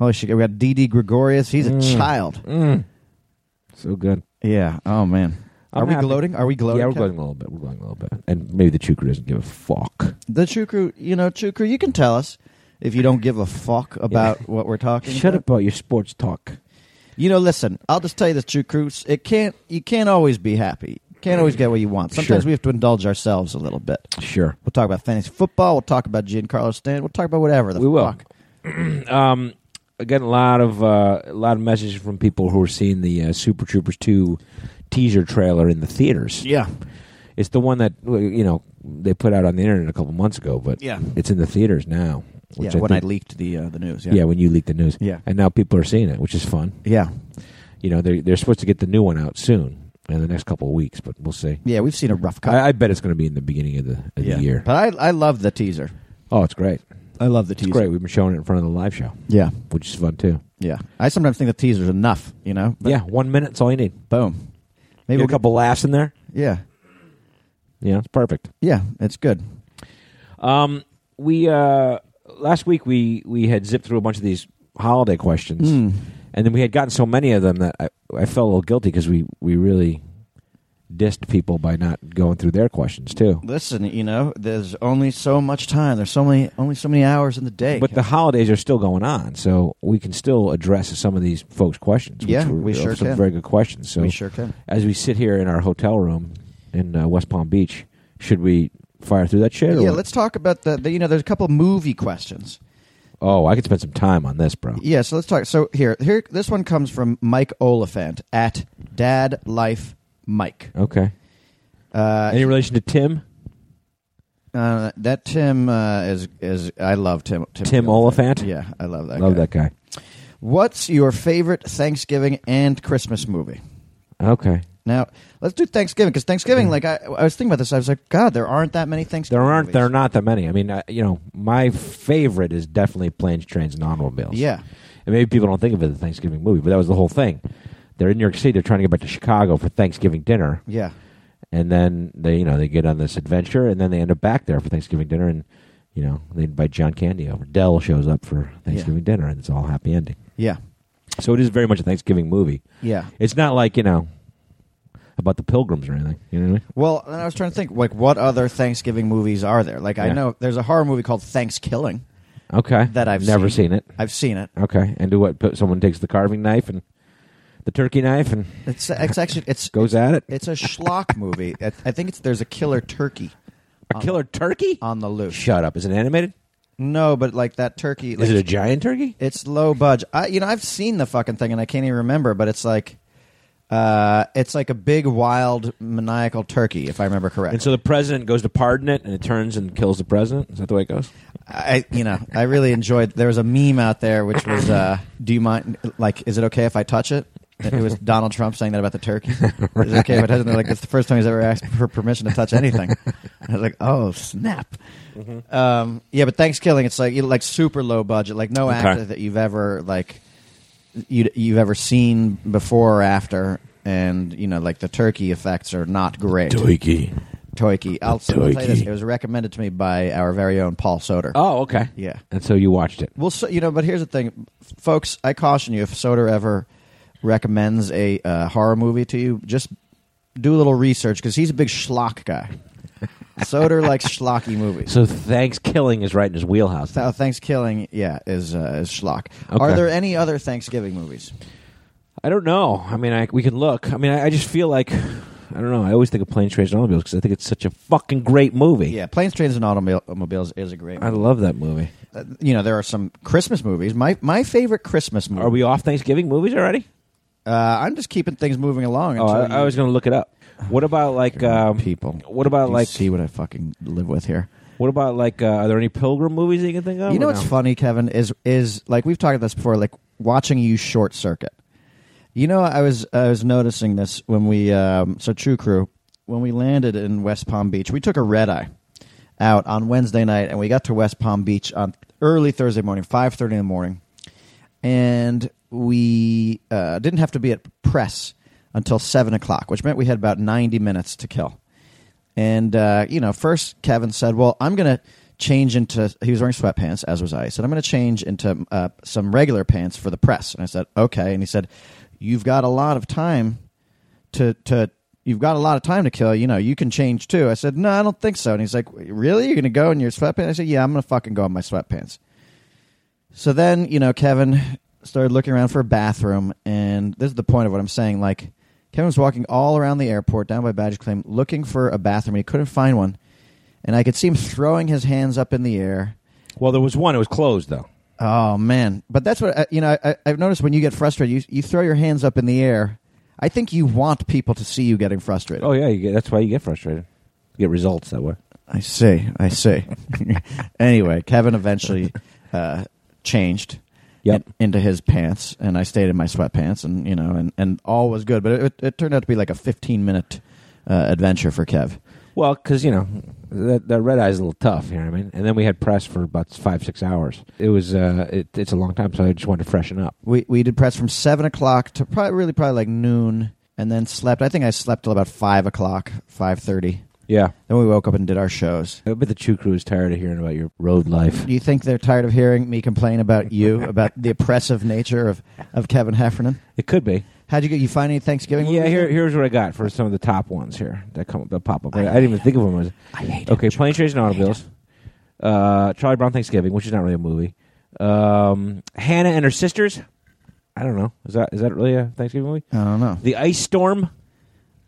[SPEAKER 4] Holy shit, we got DD Gregorius. He's a child.
[SPEAKER 1] Mm. So good.
[SPEAKER 4] Yeah. Oh man.
[SPEAKER 1] I'm
[SPEAKER 4] Are we
[SPEAKER 1] happy.
[SPEAKER 4] gloating? Are we gloating?
[SPEAKER 1] yeah, we're
[SPEAKER 4] Kev?
[SPEAKER 1] going a little bit. We're going a little bit, and maybe the Chuker doesn't give a fuck.
[SPEAKER 4] The True Crew, you know, True Crew, you can tell us if you don't give a fuck about what we're talking.
[SPEAKER 1] Shut
[SPEAKER 4] about.
[SPEAKER 1] up about your sports talk.
[SPEAKER 4] You know, listen, I'll just tell you this, True Crew. It can't. You can't always be happy. You can't always get what you want. Sometimes
[SPEAKER 1] Sure.
[SPEAKER 4] we have to indulge ourselves a little bit.
[SPEAKER 1] Sure,
[SPEAKER 4] We'll talk about fantasy football. We'll talk about Giancarlo Stanton. We'll talk about whatever. The
[SPEAKER 1] we will.
[SPEAKER 4] fuck.
[SPEAKER 1] um, I got a lot of uh, a lot of messages from people who are seeing the uh, Super Troopers two teaser trailer in the theaters.
[SPEAKER 4] Yeah.
[SPEAKER 1] It's the one that well, you know they put out on the internet a couple months ago, but
[SPEAKER 4] Yeah.
[SPEAKER 1] it's in the theaters now.
[SPEAKER 4] Yeah.
[SPEAKER 1] which
[SPEAKER 4] when
[SPEAKER 1] think-
[SPEAKER 4] I leaked the uh, the news.
[SPEAKER 1] yeah. when you leaked the news,
[SPEAKER 4] Yeah.
[SPEAKER 1] and now people are seeing it, which is fun.
[SPEAKER 4] Yeah.
[SPEAKER 1] You know, they're they're supposed to get the new one out soon in the next couple of weeks, but we'll see.
[SPEAKER 4] Yeah, we've seen a rough cut.
[SPEAKER 1] I, I bet it's going to be in the beginning of the of
[SPEAKER 4] yeah.
[SPEAKER 1] the year.
[SPEAKER 4] But I I love the teaser.
[SPEAKER 1] Oh, it's great!
[SPEAKER 4] I love the teaser.
[SPEAKER 1] It's great. We've been showing it in front of the live show,
[SPEAKER 4] Yeah.
[SPEAKER 1] which is fun too.
[SPEAKER 4] Yeah. I sometimes think the teaser's enough, you know? But
[SPEAKER 1] yeah, one minute's all you need.
[SPEAKER 4] Boom.
[SPEAKER 1] Maybe
[SPEAKER 4] Maybe
[SPEAKER 1] a couple laughs in there.
[SPEAKER 4] Yeah.
[SPEAKER 1] Yeah, it's perfect.
[SPEAKER 4] Yeah, it's good.
[SPEAKER 1] Um, we uh, last week we we had zipped through a bunch of these holiday questions,
[SPEAKER 4] Hmm.
[SPEAKER 1] and then we had gotten so many of them that I, I felt a little guilty because we we really dissed people by not going through their questions too.
[SPEAKER 4] Listen, you know, there's only so much time. There's so many only so many hours in the day.
[SPEAKER 1] But the holidays are still going on, so we can still address some of these folks' questions. Which
[SPEAKER 4] Yeah,
[SPEAKER 1] were,
[SPEAKER 4] we
[SPEAKER 1] uh,
[SPEAKER 4] sure
[SPEAKER 1] some
[SPEAKER 4] can.
[SPEAKER 1] very good questions. So
[SPEAKER 4] we sure can.
[SPEAKER 1] as we sit here in our hotel room in uh, West Palm Beach, should we fire through that shit? or
[SPEAKER 4] Yeah,
[SPEAKER 1] what?
[SPEAKER 4] let's talk about the, the you know, there's a couple movie questions.
[SPEAKER 1] Oh, I could spend some time on this, bro.
[SPEAKER 4] Yeah, so let's talk. So here, here, this one comes from Mike Oliphant at Dad Life Mike.
[SPEAKER 1] Okay.
[SPEAKER 4] Uh,
[SPEAKER 1] Any relation to Tim?
[SPEAKER 4] uh, that Tim uh, is is I love Tim. Tim,
[SPEAKER 1] Tim Oliphant?
[SPEAKER 4] Yeah, I love that.
[SPEAKER 1] Love
[SPEAKER 4] guy.
[SPEAKER 1] that guy.
[SPEAKER 4] What's your favorite Thanksgiving and Christmas movie?
[SPEAKER 1] Okay.
[SPEAKER 4] Now let's do Thanksgiving because Thanksgiving, like I, I was thinking about this, I was like, God, there aren't that many
[SPEAKER 1] There
[SPEAKER 4] Thanksgiving.
[SPEAKER 1] aren't there are
[SPEAKER 4] movies.
[SPEAKER 1] not that many. I mean, I, you know, my favorite is definitely Planes, Trains, and Automobiles.
[SPEAKER 4] Yeah,
[SPEAKER 1] And maybe people don't think of it as a Thanksgiving movie, but that was the whole thing. They're in New York City. They're trying to get back to Chicago for Thanksgiving dinner,
[SPEAKER 4] yeah,
[SPEAKER 1] and then they, you know, they get on this adventure, and then they end up back there for Thanksgiving dinner, and you know, they invite John Candy over. Dell shows up for Thanksgiving dinner, and it's all happy ending.
[SPEAKER 4] yeah,
[SPEAKER 1] So it is very much a Thanksgiving movie.
[SPEAKER 4] yeah.
[SPEAKER 1] It's not like you know about the Pilgrims or anything. You know what I mean?
[SPEAKER 4] Well, and I was trying to think, like, what other Thanksgiving movies are there? Like, I
[SPEAKER 1] Yeah.
[SPEAKER 4] know there's a horror movie called Thanksgiving.
[SPEAKER 1] Okay.
[SPEAKER 4] That I've
[SPEAKER 1] never
[SPEAKER 4] seen.
[SPEAKER 1] seen, it.
[SPEAKER 4] I've seen it.
[SPEAKER 1] Okay. And do what? Put, someone takes the carving knife and the turkey knife and
[SPEAKER 4] It's it's actually it's
[SPEAKER 1] goes at it.
[SPEAKER 4] it's a schlock movie. I, I think it's there's a killer turkey
[SPEAKER 1] A killer turkey?
[SPEAKER 4] on the loose.
[SPEAKER 1] Shut up. Is it animated?
[SPEAKER 4] No, but like that turkey, like,
[SPEAKER 1] Is it a giant turkey?
[SPEAKER 4] It's low budget. I, you know, I've seen the fucking thing and I can't even remember, but it's like, uh, it's like a big wild maniacal turkey, if I remember
[SPEAKER 1] And
[SPEAKER 4] correct.
[SPEAKER 1] so the president goes to pardon it, and it turns and kills the president. Is that the way it goes?
[SPEAKER 4] I, you know, I really enjoyed. There was a meme out there which was, uh, "Do you mind? Like, is it okay if I touch it?" It was Donald Trump saying that about the turkey. Is it okay if I touch it? And they're like, "It's the first time he's ever asked for permission to touch anything." I was like, "Oh snap!"
[SPEAKER 1] Mm-hmm.
[SPEAKER 4] Um, yeah, but Thanksgiving, it's like you know, like super low budget, like no
[SPEAKER 1] Okay.
[SPEAKER 4] actor that you've ever like you you've ever seen before or after, and you know, like the turkey effects are not great.
[SPEAKER 1] Turkey.
[SPEAKER 4] Turkey. I'll, I'll tell you this.
[SPEAKER 1] Turkey.
[SPEAKER 4] It was recommended to me by our very own Paul Soder.
[SPEAKER 1] Oh, okay.
[SPEAKER 4] Yeah.
[SPEAKER 1] And so you watched it.
[SPEAKER 4] Well, so, you know, but here's the thing, folks. I caution you: if Soder ever recommends a uh, horror movie to you, just do a little research because he's a big schlock guy. Soder likes schlocky movies.
[SPEAKER 1] So Thanksgiving is right in his wheelhouse.
[SPEAKER 4] Th- uh, Thanksgiving, yeah, is uh, is schlock.
[SPEAKER 1] Okay.
[SPEAKER 4] Are there any other Thanksgiving movies?
[SPEAKER 1] I don't know. I mean, I, we can look. I mean, I, I just feel like I don't know. I always think of Planes, Trains, and Automobiles because I think it's such a fucking great movie.
[SPEAKER 4] Yeah, Planes, Trains, and Automobil- Automobiles is a great.
[SPEAKER 1] I
[SPEAKER 4] Movie.
[SPEAKER 1] love that movie.
[SPEAKER 4] Uh, you know, there are some Christmas movies. My my favorite Christmas movie.
[SPEAKER 1] Are we off Thanksgiving movies already?
[SPEAKER 4] Uh, I'm just keeping things moving along.
[SPEAKER 1] Oh,
[SPEAKER 4] until
[SPEAKER 1] I, I
[SPEAKER 4] you-
[SPEAKER 1] was going to look it up. What about like um,
[SPEAKER 4] people.
[SPEAKER 1] What about
[SPEAKER 4] you
[SPEAKER 1] like
[SPEAKER 4] see what I fucking live with here?
[SPEAKER 1] What about like? Uh, are there any pilgrim movies that you can think of?
[SPEAKER 4] You know
[SPEAKER 1] or
[SPEAKER 4] what's
[SPEAKER 1] no?
[SPEAKER 4] funny, Kevin, is is like we've talked about this before, like watching you short circuit. You know, I was I was noticing this when we um, so True Crew when we landed in West Palm Beach, we took a red eye out on Wednesday night, and we got to West Palm Beach on early Thursday morning, five thirty in the morning, and we uh, didn't have to be at press until seven o'clock, which meant we had about ninety minutes to kill. And uh, you know, first Kevin said, "Well, I'm going to change into." He was wearing sweatpants, as was I. He said, "I'm going to change into uh, some regular pants for the press." And I said, "Okay." And he said, "You've got a lot of time to to." You've got a lot of time to kill. You know, you can change too. I said, no, I don't think so. And he's like, really? You're going to go in your sweatpants? I said, yeah, I'm going to fucking go in my sweatpants. So then, you know, Kevin started looking around for a bathroom, and this is the point of what I'm saying. Like, Kevin was walking all around the airport down by Badger Claim looking for a bathroom. He couldn't find one, and I could see him throwing his hands up in the air.
[SPEAKER 1] Well, there was one. It was closed though.
[SPEAKER 4] Oh man! But that's what I- you know. I, I've noticed when you get frustrated, you you throw your hands up in the air. I think you want people to see you getting frustrated.
[SPEAKER 1] Oh yeah, you get, that's why you get frustrated. You get results that way.
[SPEAKER 4] I see. I see. anyway, Kevin eventually uh, changed
[SPEAKER 1] Yep.
[SPEAKER 4] in- into his pants, and I stayed in my sweatpants, and you know, and, and all was good. But it, it, it turned out to be like a fifteen minute uh, adventure for Kev.
[SPEAKER 1] Well, because you know that, that red eye is a little tough. You know what I mean? And then we had press for about five six hours. It was uh, it, it's a long time, so I just wanted to freshen up.
[SPEAKER 4] We we did press from seven o'clock to probably really probably like noon, and then slept. I think I slept till about five o'clock, five thirty.
[SPEAKER 1] Yeah,
[SPEAKER 4] Then we woke up and did our shows.
[SPEAKER 1] I bet the Chew Crew is tired of hearing about your road life.
[SPEAKER 4] Do you think they're tired of hearing me complain about you about the oppressive nature of, of Kevin Heffernan?
[SPEAKER 1] It could be.
[SPEAKER 4] How'd you get? You find any Thanksgiving?
[SPEAKER 1] Yeah,
[SPEAKER 4] movies
[SPEAKER 1] here,
[SPEAKER 4] yet?
[SPEAKER 1] here's what I got for some of the top ones here that come that pop up. I, I didn't even think of them. As,
[SPEAKER 4] I hate
[SPEAKER 1] okay, Plane Trains and Automobiles, uh, Charlie Brown Thanksgiving, which is not really a movie. Um, Hannah and her sisters. I don't know. Is that is that really a Thanksgiving movie?
[SPEAKER 4] I don't know.
[SPEAKER 1] The Ice Storm.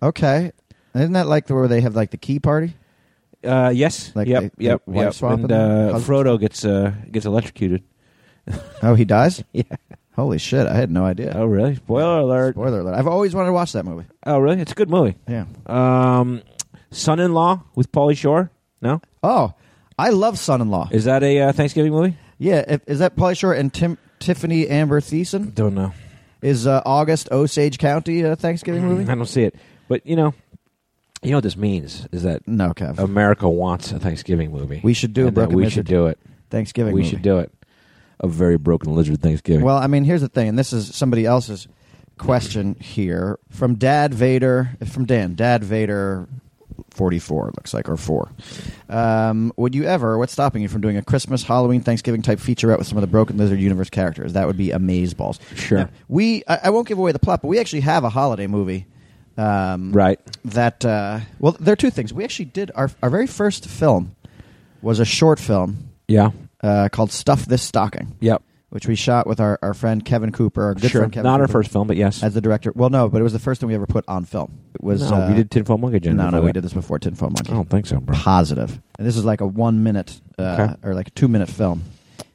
[SPEAKER 4] Okay. Isn't that like the where they have like the key party?
[SPEAKER 1] Uh, yes.
[SPEAKER 4] Like
[SPEAKER 1] yep.
[SPEAKER 4] they- they
[SPEAKER 1] yep.
[SPEAKER 4] wife
[SPEAKER 1] yep.
[SPEAKER 4] swap
[SPEAKER 1] And
[SPEAKER 4] and then
[SPEAKER 1] uh,
[SPEAKER 4] husband-
[SPEAKER 1] Frodo gets uh, gets electrocuted.
[SPEAKER 4] Oh, he dies?
[SPEAKER 1] Yeah.
[SPEAKER 4] Holy shit, I had no idea.
[SPEAKER 1] Oh really? Spoiler alert.
[SPEAKER 4] Spoiler alert. I've always wanted to watch that movie.
[SPEAKER 1] Oh really? It's a good movie.
[SPEAKER 4] Yeah.
[SPEAKER 1] Um, Son-in-law with Pauly Shore. No,
[SPEAKER 4] Oh, I love Son in Law.
[SPEAKER 1] is that a uh, Thanksgiving movie?
[SPEAKER 4] Yeah, if, is that Polly Shore and Tim, Tiffany Amber Thiessen?
[SPEAKER 1] Don't know.
[SPEAKER 4] Is uh, August Osage County a Thanksgiving
[SPEAKER 1] I
[SPEAKER 4] movie?
[SPEAKER 1] don't see it. But you know, you know what this means is that
[SPEAKER 4] No, Kev.
[SPEAKER 1] America wants a Thanksgiving movie.
[SPEAKER 4] We should do a
[SPEAKER 1] And that
[SPEAKER 4] Broken
[SPEAKER 1] Oh. We should
[SPEAKER 4] Lizard
[SPEAKER 1] do it.
[SPEAKER 4] Thanksgiving
[SPEAKER 1] we
[SPEAKER 4] movie.
[SPEAKER 1] should do it. A very broken lizard Thanksgiving.
[SPEAKER 4] Well, I mean, here's the thing, and this is somebody else's question here from Dad Vader, from Dan, Dad Vader, forty-four it looks like, or four. Um, would you ever? What's stopping you from doing a Christmas, Halloween, Thanksgiving type featurette with some of the Broken Lizard universe characters? That would be amazeballs.
[SPEAKER 1] Sure.
[SPEAKER 4] Now, we, I, I won't give away the plot, but we actually have a holiday movie. Um,
[SPEAKER 1] right.
[SPEAKER 4] That uh, well, there are two things. We actually did our our very first film was a short film
[SPEAKER 1] Yeah.
[SPEAKER 4] uh, called "Stuff This Stocking."
[SPEAKER 1] Yep.
[SPEAKER 4] which we shot with our, our friend Kevin Cooper, our good
[SPEAKER 1] sure.
[SPEAKER 4] friend Kevin
[SPEAKER 1] Not our
[SPEAKER 4] Cooper,
[SPEAKER 1] first film, but yes.
[SPEAKER 4] as the director. Well, no, but it was the first thing we ever put on film. It was
[SPEAKER 1] no,
[SPEAKER 4] uh,
[SPEAKER 1] we did Tinfoil Monkey Agenda.
[SPEAKER 4] No, no,
[SPEAKER 1] before
[SPEAKER 4] we
[SPEAKER 1] that.
[SPEAKER 4] did this before Tinfoil Monkey.
[SPEAKER 1] I don't think so, bro.
[SPEAKER 4] Positive. And this is like a one minute uh,
[SPEAKER 1] Okay.
[SPEAKER 4] or like a two minute film.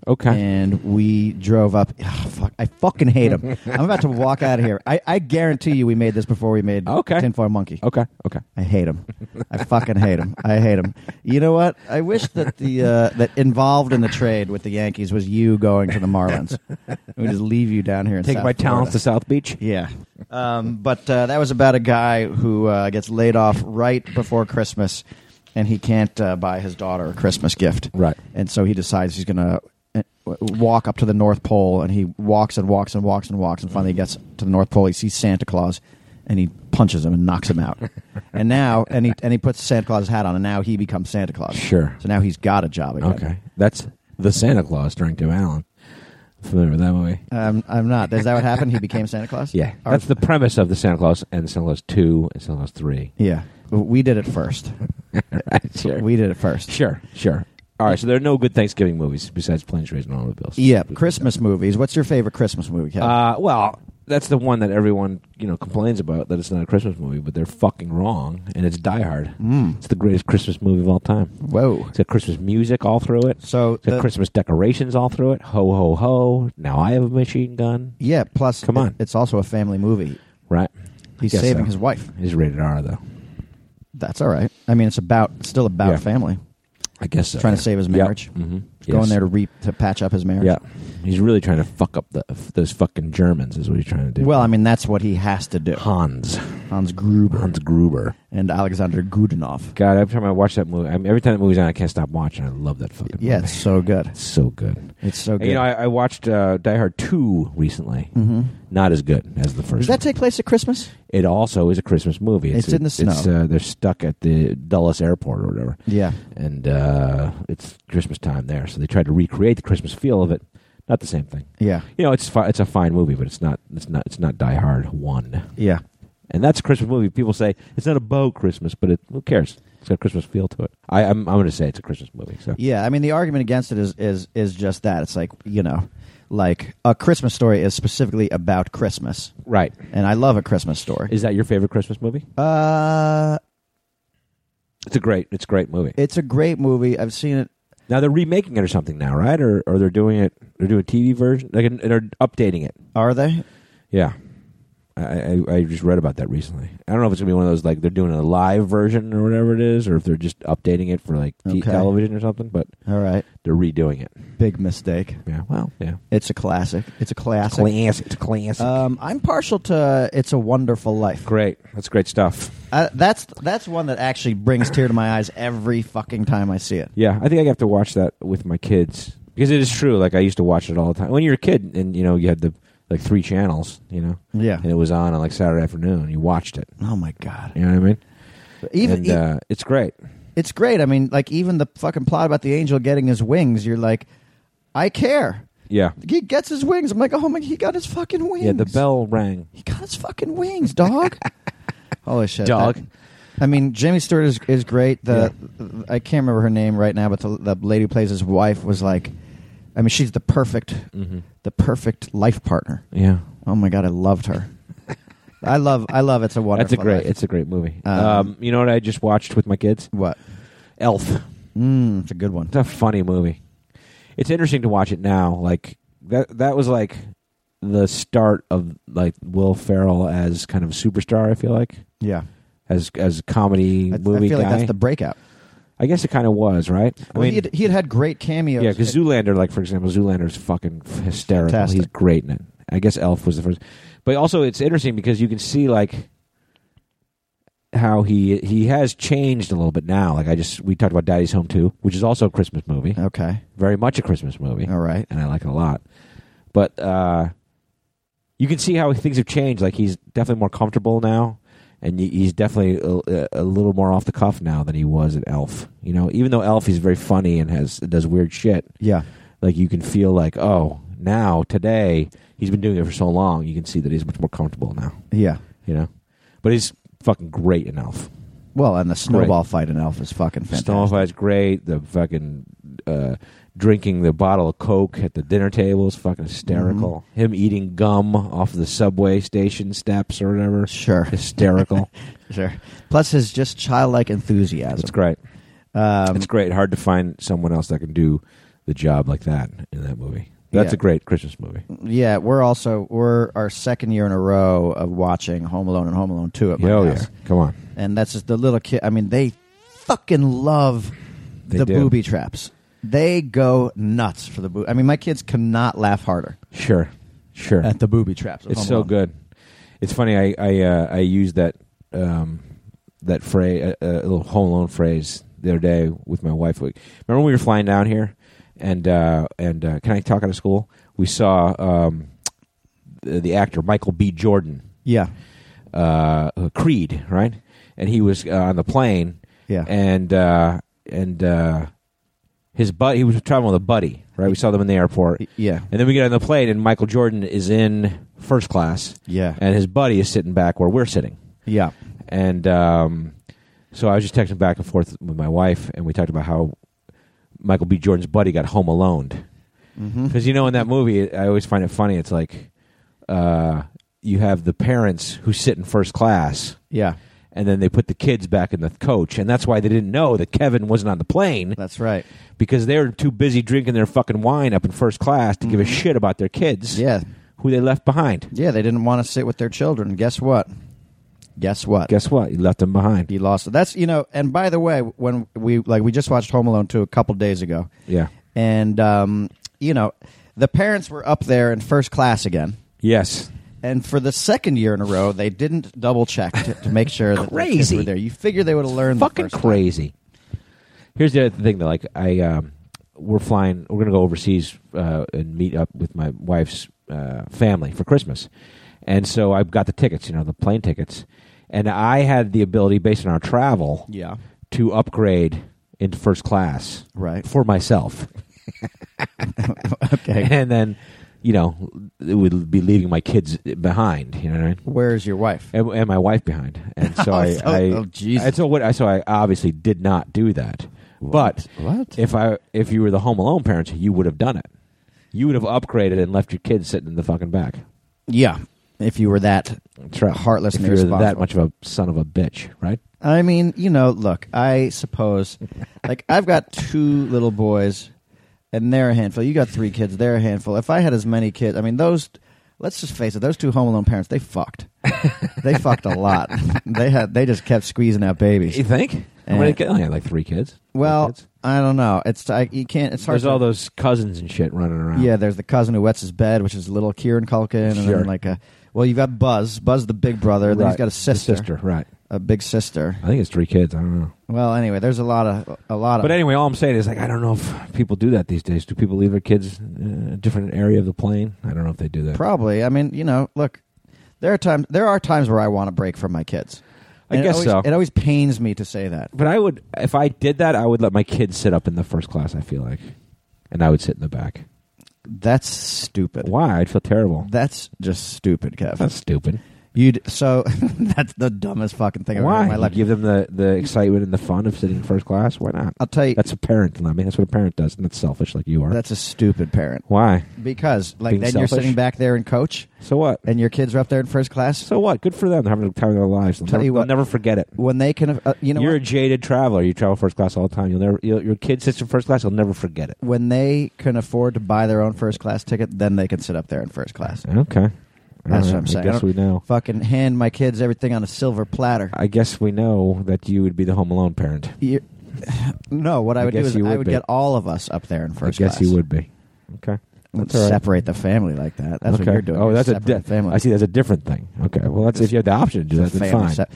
[SPEAKER 1] Okay.
[SPEAKER 4] And we drove up. Ah, fuck, I fucking hate him. I'm about to walk out of here. I, I guarantee you, we made this before we made
[SPEAKER 1] Okay.
[SPEAKER 4] Tinfoil Monkey.
[SPEAKER 1] okay. Okay.
[SPEAKER 4] I hate him. I fucking hate him. I hate him. You know what? I wish that the uh, that involved in the trade with the Yankees was you going to the Marlins. We just leave you down here. In
[SPEAKER 1] Take
[SPEAKER 4] South
[SPEAKER 1] my talents to
[SPEAKER 4] Florida.
[SPEAKER 1] South Beach.
[SPEAKER 4] Yeah, um, but uh, that was about a guy who uh, gets laid off right before Christmas, and he can't uh, buy his daughter a Christmas gift.
[SPEAKER 1] Right.
[SPEAKER 4] and so he decides he's gonna uh, w- walk up to the North Pole, and he walks and walks and walks and walks, and finally he gets to the North Pole. He sees Santa Claus, and he punches him and knocks him out. and now, and he and he puts Santa Claus's hat on, and now he becomes Santa Claus.
[SPEAKER 1] Sure.
[SPEAKER 4] So now he's got a job again.
[SPEAKER 1] Okay. That's the Santa Claus during Tim Allen. Familiar with that movie?
[SPEAKER 4] Um, I'm not. Is that what happened? He became Santa Claus.
[SPEAKER 1] Yeah.
[SPEAKER 4] Our-
[SPEAKER 1] That's the premise of the Santa Claus and Santa Claus two and Santa Claus three.
[SPEAKER 4] yeah. We did it first.
[SPEAKER 1] right. Sure.
[SPEAKER 4] We did it first.
[SPEAKER 1] Sure, sure. All right, so there are no good Thanksgiving movies besides Planes, Trains, and Automobiles.
[SPEAKER 4] Yeah, Christmas movies. What's your favorite Christmas movie, Kevin?
[SPEAKER 1] Uh, well, that's the one that everyone you know complains about that it's not a Christmas movie, but they're fucking wrong, and it's Die Hard.
[SPEAKER 4] Mm.
[SPEAKER 1] It's the greatest Christmas movie of all time.
[SPEAKER 4] Whoa.
[SPEAKER 1] It's got Christmas music all through it.
[SPEAKER 4] So
[SPEAKER 1] It's got
[SPEAKER 4] the-
[SPEAKER 1] Christmas decorations all through it. Ho ho ho! Now I have a machine gun.
[SPEAKER 4] yeah, plus
[SPEAKER 1] Come on.
[SPEAKER 4] it- it's also a family movie.
[SPEAKER 1] Right?
[SPEAKER 4] He's
[SPEAKER 1] Guess
[SPEAKER 4] saving
[SPEAKER 1] so.
[SPEAKER 4] his wife.
[SPEAKER 1] He's rated R though.
[SPEAKER 4] That's all right. I mean, it's about still about
[SPEAKER 1] Yeah.
[SPEAKER 4] family.
[SPEAKER 1] I guess so.
[SPEAKER 4] Trying to save his marriage.
[SPEAKER 1] Mm-hmm.
[SPEAKER 4] Going there to re- to patch up his marriage.
[SPEAKER 1] Yeah, he's really trying to fuck up the, those fucking Germans. Is what he's trying to do.
[SPEAKER 4] Well, I mean, that's what he has to do.
[SPEAKER 1] Hans.
[SPEAKER 4] Hans Gruber
[SPEAKER 1] Hans Gruber.
[SPEAKER 4] and Alexander Gudinov.
[SPEAKER 1] God, every time I watch that movie, I mean, every time that movie's on, I can't stop watching. I love that fucking
[SPEAKER 4] Yeah,
[SPEAKER 1] movie.
[SPEAKER 4] it's so good.
[SPEAKER 1] It's so good.
[SPEAKER 4] It's so
[SPEAKER 1] And,
[SPEAKER 4] good.
[SPEAKER 1] You know, I, I watched uh, Die Hard 2 recently. Mm-hmm. Not as good as the first
[SPEAKER 4] Does that take place at Christmas?
[SPEAKER 1] It also is a Christmas movie.
[SPEAKER 4] It's in the
[SPEAKER 1] It's,
[SPEAKER 4] snow.
[SPEAKER 1] uh, they're stuck at the Dulles Airport or whatever,
[SPEAKER 4] Yeah.
[SPEAKER 1] and uh, it's Christmas time there. So they tried to recreate the Christmas feel of it. Not the same thing.
[SPEAKER 4] Yeah.
[SPEAKER 1] You know, it's fi- it's a fine movie, but it's not it's not it's not Die Hard one.
[SPEAKER 4] Yeah.
[SPEAKER 1] And that's a Christmas movie. People say it's not about Christmas, but it, who cares? It's got a Christmas feel to it. I, I'm I'm going to say it's a Christmas movie. So
[SPEAKER 4] Yeah, I mean the argument against it is is is just that. It's like, you know, like a Christmas story is specifically about Christmas.
[SPEAKER 1] right,
[SPEAKER 4] And I love a Christmas story.
[SPEAKER 1] is that your favorite Christmas movie?
[SPEAKER 4] Uh
[SPEAKER 1] It's a great it's a great movie.
[SPEAKER 4] it's a great movie. I've seen it
[SPEAKER 1] now they're remaking it or something now, right? Or or they're doing it. They're doing a TV version. Like and they're updating it.
[SPEAKER 4] are they?
[SPEAKER 1] Yeah. I, I, I just read about that recently. I don't know if it's gonna be one of those like they're doing a live version or whatever it is, or if they're just updating it for like t-
[SPEAKER 4] Okay.
[SPEAKER 1] television or something. But
[SPEAKER 4] All right.
[SPEAKER 1] they're redoing it.
[SPEAKER 4] Big mistake.
[SPEAKER 1] Yeah. Well. Yeah.
[SPEAKER 4] It's a classic. It's a classic.
[SPEAKER 1] Classic. It's classic.
[SPEAKER 4] Um, I'm partial to "It's a Wonderful Life."
[SPEAKER 1] Uh, great. That's great stuff.
[SPEAKER 4] I, that's that's one that actually brings tear to my eyes every fucking time I see it.
[SPEAKER 1] Yeah. I think I have to watch that with my kids because it is true. Like I used to watch it all the time when you were a kid, and you know you had the like three channels, you know,
[SPEAKER 4] Yeah.
[SPEAKER 1] and it was on on like Saturday afternoon. And you watched it.
[SPEAKER 4] Oh my god.
[SPEAKER 1] You know what I mean?
[SPEAKER 4] Even
[SPEAKER 1] and
[SPEAKER 4] e-
[SPEAKER 1] uh, it's great.
[SPEAKER 4] it's great. I mean, like even the fucking plot about the angel getting his wings. You're like, I care.
[SPEAKER 1] Yeah.
[SPEAKER 4] He gets his wings. I'm like, oh my, he got his fucking wings.
[SPEAKER 1] Yeah. The bell rang.
[SPEAKER 4] He got his fucking wings, dog. Holy shit,
[SPEAKER 1] Dog.
[SPEAKER 4] that- I mean, Jimmy Stewart is is great. The I can't remember her name right now, but the, the lady who plays his wife was like, I mean, she's the perfect,
[SPEAKER 1] Mm-hmm.
[SPEAKER 4] the perfect life partner.
[SPEAKER 1] Yeah.
[SPEAKER 4] Oh my god, I loved her. I love, I love. It's a wonderful.
[SPEAKER 1] That's a great.
[SPEAKER 4] Life.
[SPEAKER 1] It's a great movie.
[SPEAKER 4] Um,
[SPEAKER 1] Um, you know what I just watched with my kids?
[SPEAKER 4] what?
[SPEAKER 1] Elf.
[SPEAKER 4] Mm, it's a good one.
[SPEAKER 1] It's a funny movie. It's interesting to watch it now. Like that. That was like the start of like Will Ferrell as kind of a superstar. I feel like
[SPEAKER 4] Yeah,
[SPEAKER 1] as as a comedy
[SPEAKER 4] I, I
[SPEAKER 1] movie
[SPEAKER 4] feel
[SPEAKER 1] guy.
[SPEAKER 4] like that's the breakout.
[SPEAKER 1] I guess it kind of was right.
[SPEAKER 4] Well,
[SPEAKER 1] I mean,
[SPEAKER 4] he had, he had had great cameos.
[SPEAKER 1] yeah, because Zoolander, like for example, Zoolander's fucking f- hysterical.
[SPEAKER 4] Fantastic.
[SPEAKER 1] He's great in it. I guess Elf was the first, but also it's interesting because you can see like how he he has changed a little bit now. Like I just we talked about Daddy's Home Too, which is also a Christmas movie,
[SPEAKER 4] okay,
[SPEAKER 1] very much a Christmas movie,
[SPEAKER 4] all right.
[SPEAKER 1] and I like it a lot. But uh, you can see how things have changed. Like he's definitely more comfortable now. And he- he's definitely a, a little more off the cuff now than he was at Elf. You know, even though Elf he's very funny and has does weird shit,
[SPEAKER 4] Yeah,
[SPEAKER 1] like you can feel like oh now today he's been doing it for so long you can see that he's much more comfortable now
[SPEAKER 4] yeah.
[SPEAKER 1] you know but he's fucking great in elf
[SPEAKER 4] Well, and the snowball fight in Elf is fucking fantastic.
[SPEAKER 1] Stonefly's great the fucking uh, drinking the bottle of coke at the dinner table is fucking hysterical
[SPEAKER 4] Mm-hmm.
[SPEAKER 1] him eating gum off the subway station steps or whatever
[SPEAKER 4] Sure.
[SPEAKER 1] hysterical
[SPEAKER 4] Sure. Plus his just childlike
[SPEAKER 1] it's
[SPEAKER 4] enthusiasm.
[SPEAKER 1] great
[SPEAKER 4] Um,
[SPEAKER 1] it's great hard to find someone else that can do the job like that in that movie that's
[SPEAKER 4] Yeah.
[SPEAKER 1] a great christmas movie
[SPEAKER 4] yeah, we're also we're our second year in a row of watching Home Alone and Home Alone Two at my
[SPEAKER 1] oh yeah
[SPEAKER 4] house,
[SPEAKER 1] come on
[SPEAKER 4] and that's just the little kid. I mean, they fucking love
[SPEAKER 1] They
[SPEAKER 4] the
[SPEAKER 1] do.
[SPEAKER 4] booby traps. They go nuts for the boob. I mean, my kids cannot laugh harder
[SPEAKER 1] sure sure
[SPEAKER 4] at the booby traps. of
[SPEAKER 1] It's
[SPEAKER 4] Home
[SPEAKER 1] so
[SPEAKER 4] Alone.
[SPEAKER 1] good. It's funny. I I uh, I used that um, that phrase, a uh, uh, little Home Alone phrase, the other day with my wife. We, remember when we were flying down here, and uh, and uh, can I talk out of school? We saw um, the, the actor Michael B. Jordan,
[SPEAKER 4] Yeah,
[SPEAKER 1] uh, Creed, right? And he was uh, on the plane,
[SPEAKER 4] yeah,
[SPEAKER 1] and uh, and uh, his buddy. He was traveling with a buddy, right? We saw them in the airport.
[SPEAKER 4] yeah,
[SPEAKER 1] And then we get on the plane, and Michael Jordan is in first class,
[SPEAKER 4] yeah,
[SPEAKER 1] and his buddy is sitting back where we're sitting.
[SPEAKER 4] yeah.
[SPEAKER 1] And um, so I was just texting back and forth with my wife, and we talked about how Michael B. Jordan's buddy got home alone.
[SPEAKER 4] Mm-hmm.
[SPEAKER 1] Because, you know, in that movie, I always find it funny. It's like uh, you have the parents who sit in first class,
[SPEAKER 4] Yeah,
[SPEAKER 1] and then they put the kids back in the coach. And that's why they didn't know that Kevin wasn't on the plane
[SPEAKER 4] that's right.
[SPEAKER 1] because they were too busy drinking their fucking wine up in first class to give a shit about their kids
[SPEAKER 4] Mm-hmm. Yeah,
[SPEAKER 1] who they left behind.
[SPEAKER 4] yeah. They didn't want to sit with their children. Guess what? Guess what?
[SPEAKER 1] Guess what? You left them behind.
[SPEAKER 4] He lost it. That's you know. And by the way, when we like we just watched Home Alone two a couple days ago,
[SPEAKER 1] Yeah.
[SPEAKER 4] and um, you know, the parents were up there in first class again,
[SPEAKER 1] Yes.
[SPEAKER 4] And for the second year in a row, they didn't double check to, to make sure that the kids
[SPEAKER 1] Crazy.
[SPEAKER 4] were there. You figure they would have learned. the
[SPEAKER 1] fucking
[SPEAKER 4] first time.
[SPEAKER 1] crazy. Here's the other thing though. Like I, um, we're flying. We're gonna go overseas uh, and meet up with my wife's uh, family for Christmas, and so I've got the tickets. You know, the plane tickets, and I had the ability based on our travel
[SPEAKER 4] Yeah.
[SPEAKER 1] to upgrade into first class
[SPEAKER 4] Right.
[SPEAKER 1] for myself,
[SPEAKER 4] Okay.
[SPEAKER 1] and then you know it would be leaving my kids behind. You know what I mean?
[SPEAKER 4] Where's your wife?
[SPEAKER 1] and, and my wife behind. And so
[SPEAKER 4] Oh,
[SPEAKER 1] I,
[SPEAKER 4] so-
[SPEAKER 1] I,
[SPEAKER 4] oh, Jesus.
[SPEAKER 1] and so what? I, so I obviously did not do that. But
[SPEAKER 4] What?
[SPEAKER 1] if I, if you were the Home Alone parents, you would have done it. You would have upgraded and left your kids sitting in the fucking back.
[SPEAKER 4] Yeah. If you were that
[SPEAKER 1] That's right.
[SPEAKER 4] Heartless
[SPEAKER 1] If
[SPEAKER 4] and
[SPEAKER 1] you're that
[SPEAKER 4] irresponsible.
[SPEAKER 1] much of a son of a bitch, right?
[SPEAKER 4] I mean, you know, look, I suppose, like, I've got two little boys, and they're a handful. You got three kids, they're a handful. If I had as many kids, I mean, those, let's just face it, those two Home Alone parents, they fucked. they fucked a lot. They had, they just kept squeezing out
[SPEAKER 1] You
[SPEAKER 4] babies.
[SPEAKER 1] think? I
[SPEAKER 4] Eh.
[SPEAKER 1] mean, I only had like three kids. Four
[SPEAKER 4] Well,
[SPEAKER 1] kids.
[SPEAKER 4] I don't know. It's I, you can't. It's hard.
[SPEAKER 1] there's
[SPEAKER 4] to,
[SPEAKER 1] all those cousins and shit running around.
[SPEAKER 4] Yeah, there's the cousin who wets his bed, which is little Kieran Culkin, and
[SPEAKER 1] Sure.
[SPEAKER 4] then like a. Well, you've got Buzz, Buzz the big brother. Then he's
[SPEAKER 1] Right.
[SPEAKER 4] got a
[SPEAKER 1] The
[SPEAKER 4] sister,
[SPEAKER 1] sister, right?
[SPEAKER 4] a big sister.
[SPEAKER 1] I think it's three kids. I don't know.
[SPEAKER 4] Well, anyway, there's a lot of a lot of.
[SPEAKER 1] But anyway, all I'm saying is like I don't know if people do that these days. Do people leave their kids in a different area of the plane? I don't know if they do that.
[SPEAKER 4] Probably. I mean, you know, look, there are times there are times where I want to break from my kids.
[SPEAKER 1] I
[SPEAKER 4] And it
[SPEAKER 1] guess
[SPEAKER 4] always,
[SPEAKER 1] so.
[SPEAKER 4] It always pains me to say that.
[SPEAKER 1] But I would, if I did that, I would let my kids sit up in the first class. I feel like, and I would sit in the back.
[SPEAKER 4] That's stupid.
[SPEAKER 1] Why? I'd feel terrible.
[SPEAKER 4] That's just stupid, Kev.
[SPEAKER 1] That's stupid.
[SPEAKER 4] You so that's the dumbest fucking thing I've heard
[SPEAKER 1] Why?
[SPEAKER 4] in my life.
[SPEAKER 1] You give them the, the excitement and the fun of sitting in first class. Why not?
[SPEAKER 4] I'll tell you,
[SPEAKER 1] That's a parent. I mean, that's what a parent does, and that's selfish, like you are.
[SPEAKER 4] that's a stupid parent
[SPEAKER 1] Why?
[SPEAKER 4] because like
[SPEAKER 1] Being
[SPEAKER 4] then you're
[SPEAKER 1] selfish?
[SPEAKER 4] sitting back there in coach
[SPEAKER 1] So what?
[SPEAKER 4] and your kids are up there in first class
[SPEAKER 1] So what? Good for them. They're having the time of their lives. They'll,
[SPEAKER 4] Tell
[SPEAKER 1] never,
[SPEAKER 4] you what.
[SPEAKER 1] they'll never forget it.
[SPEAKER 4] when they can. Uh, you know,
[SPEAKER 1] are
[SPEAKER 4] what?
[SPEAKER 1] a jaded traveler. You travel first class all the time. You'll never. You'll, your kid sits in first class. You'll never forget it.
[SPEAKER 4] when they can afford to buy their own first class ticket, then they can sit up there in first class.
[SPEAKER 1] Okay. All
[SPEAKER 4] That's what
[SPEAKER 1] right.
[SPEAKER 4] I'm saying.
[SPEAKER 1] I guess
[SPEAKER 4] I
[SPEAKER 1] we know.
[SPEAKER 4] Fucking hand my kids everything on a silver platter.
[SPEAKER 1] I guess we know that you would be the home alone parent.
[SPEAKER 4] You- no, what I,
[SPEAKER 1] I
[SPEAKER 4] would do
[SPEAKER 1] guess
[SPEAKER 4] is
[SPEAKER 1] you
[SPEAKER 4] I
[SPEAKER 1] would
[SPEAKER 4] would
[SPEAKER 1] be.
[SPEAKER 4] get all of us up there in first
[SPEAKER 1] I guess
[SPEAKER 4] class.
[SPEAKER 1] you would be. Okay.
[SPEAKER 4] Let's
[SPEAKER 1] That's all right.
[SPEAKER 4] separate the family like that. That's
[SPEAKER 1] okay.
[SPEAKER 4] what you're doing.
[SPEAKER 1] Oh,
[SPEAKER 4] You're
[SPEAKER 1] that's a
[SPEAKER 4] separating
[SPEAKER 1] di-
[SPEAKER 4] the family.
[SPEAKER 1] I see. That's a different thing. Okay. Well, that's if you have the option to do that,
[SPEAKER 4] The
[SPEAKER 1] then
[SPEAKER 4] family
[SPEAKER 1] fine.
[SPEAKER 4] sep-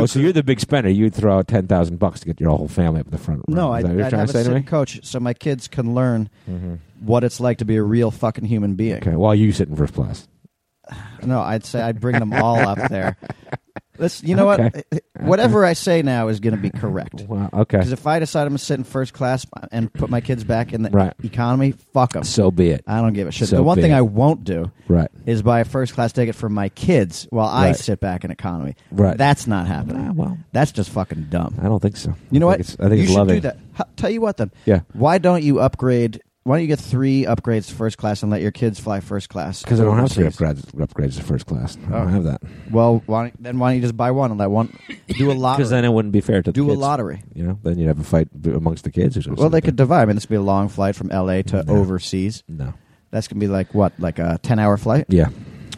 [SPEAKER 1] oh, so you're the big spender. You'd throw out ten thousand bucks to get your whole family up in the front row.
[SPEAKER 4] no,
[SPEAKER 1] Is that
[SPEAKER 4] I,
[SPEAKER 1] what
[SPEAKER 4] would
[SPEAKER 1] you're
[SPEAKER 4] have
[SPEAKER 1] trying
[SPEAKER 4] a
[SPEAKER 1] to say to
[SPEAKER 4] sitting
[SPEAKER 1] me?
[SPEAKER 4] coach so my kids can learn
[SPEAKER 1] Mhm.
[SPEAKER 4] what it's like to be a real fucking human being.
[SPEAKER 1] Okay. While you sit in first class.
[SPEAKER 4] No, I'd say I'd bring them all up there. Let's, you know
[SPEAKER 1] Okay.
[SPEAKER 4] what? Whatever I say now is going to be correct.
[SPEAKER 1] Wow. Okay.
[SPEAKER 4] Because if I decide I'm going to sit in first class and put my kids back in the
[SPEAKER 1] Right.
[SPEAKER 4] economy, fuck them.
[SPEAKER 1] So be it.
[SPEAKER 4] I don't give a shit.
[SPEAKER 1] So
[SPEAKER 4] the one
[SPEAKER 1] be
[SPEAKER 4] thing
[SPEAKER 1] it.
[SPEAKER 4] I won't do
[SPEAKER 1] Right.
[SPEAKER 4] is buy a first class ticket for my kids while I
[SPEAKER 1] Right.
[SPEAKER 4] sit back in economy.
[SPEAKER 1] Right.
[SPEAKER 4] That's not happening.
[SPEAKER 1] Ah, well,
[SPEAKER 4] That's just fucking dumb.
[SPEAKER 1] I don't think so.
[SPEAKER 4] You know
[SPEAKER 1] I
[SPEAKER 4] what?
[SPEAKER 1] think it's- I think
[SPEAKER 4] you
[SPEAKER 1] it's
[SPEAKER 4] should
[SPEAKER 1] loving.
[SPEAKER 4] do that. H- tell you what then.
[SPEAKER 1] Yeah.
[SPEAKER 4] Why don't you upgrade? Why don't you get three upgrades to first class and let your kids fly first class?
[SPEAKER 1] Because I don't have three
[SPEAKER 4] overseas?
[SPEAKER 1] upgrades, upgrades to first class. I
[SPEAKER 4] Oh.
[SPEAKER 1] don't have that.
[SPEAKER 4] Well, why don't, then why don't you just buy one and let one do a lottery?
[SPEAKER 1] Because then it wouldn't be fair to the
[SPEAKER 4] do
[SPEAKER 1] kids.
[SPEAKER 4] a lottery.
[SPEAKER 1] You know, then you'd have a fight b- amongst the kids or something.
[SPEAKER 4] Well, they could divide. I mean, this would be a long flight from L.A. to
[SPEAKER 1] No.
[SPEAKER 4] overseas.
[SPEAKER 1] No.
[SPEAKER 4] That's gonna be like what, like a ten-hour flight?
[SPEAKER 1] Yeah.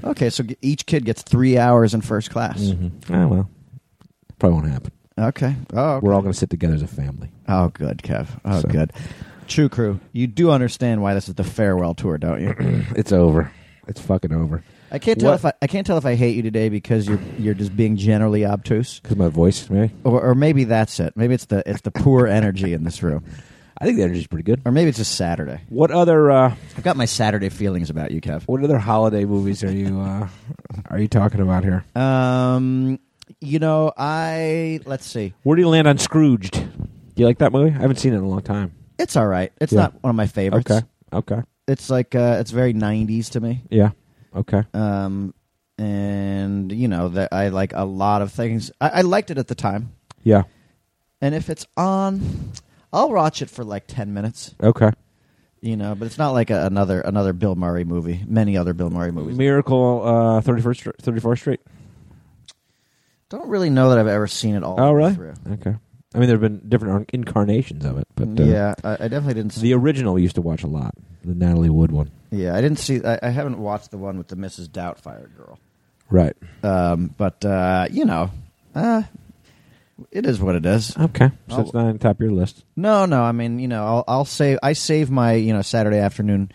[SPEAKER 4] Okay, so g- each kid gets three hours in first class.
[SPEAKER 1] Mm-hmm. Ah, well, probably won't happen.
[SPEAKER 4] Okay. Oh, okay.
[SPEAKER 1] We're all going to sit together as a family.
[SPEAKER 4] oh, good, Kev. Oh,
[SPEAKER 1] So-
[SPEAKER 4] good. True crew, you do understand why this is the farewell tour, don't you?
[SPEAKER 1] It's over. It's fucking over.
[SPEAKER 4] I can't tell
[SPEAKER 1] What-
[SPEAKER 4] if I, I can't tell if I hate you today because you're you're just being generally obtuse,
[SPEAKER 1] Because my voice, maybe.
[SPEAKER 4] or, or maybe that's it. Maybe it's the it's the poor energy in this room,
[SPEAKER 1] I think the energy's pretty good.
[SPEAKER 4] or maybe it's just Saturday.
[SPEAKER 1] What other uh,
[SPEAKER 4] I've got my Saturday feelings about you, Kev.
[SPEAKER 1] what other holiday movies are you uh, are you talking about here?
[SPEAKER 4] Um, you know, I let's see.
[SPEAKER 1] Where do you land on Scrooged? Do you like that movie? I haven't seen it in a long time.
[SPEAKER 4] It's all right. It's
[SPEAKER 1] Yeah.
[SPEAKER 4] not one of my favorites.
[SPEAKER 1] Okay. Okay.
[SPEAKER 4] It's like uh, it's very '90s to me.
[SPEAKER 1] Yeah. Okay.
[SPEAKER 4] Um, and you know that I like a lot of things. I, I liked it at the time,
[SPEAKER 1] Yeah.
[SPEAKER 4] and if it's on, I'll watch it for like ten minutes.
[SPEAKER 1] Okay.
[SPEAKER 4] You know, but it's not like a, another another Bill Murray movie. Many other Bill Murray movies.
[SPEAKER 1] Miracle uh, 31st, 34th Street.
[SPEAKER 4] Don't really know that I've ever seen it all.
[SPEAKER 1] Oh,
[SPEAKER 4] the way
[SPEAKER 1] really?
[SPEAKER 4] Through.
[SPEAKER 1] Okay. I mean, there have been different incarnations of it, but uh,
[SPEAKER 4] yeah, I, I definitely didn't. See,
[SPEAKER 1] the original we used to watch a lot, the Natalie Wood one.
[SPEAKER 4] yeah, I didn't see. I, I haven't watched the one with the Mrs. Doubtfire girl.
[SPEAKER 1] Right.
[SPEAKER 4] Um, but uh, you know, uh, it is what it is.
[SPEAKER 1] Okay. So
[SPEAKER 4] Oh.
[SPEAKER 1] it's not on top of your list.
[SPEAKER 4] No, no. I mean, you know, I'll, I'll save. I save my you know Saturday afternoon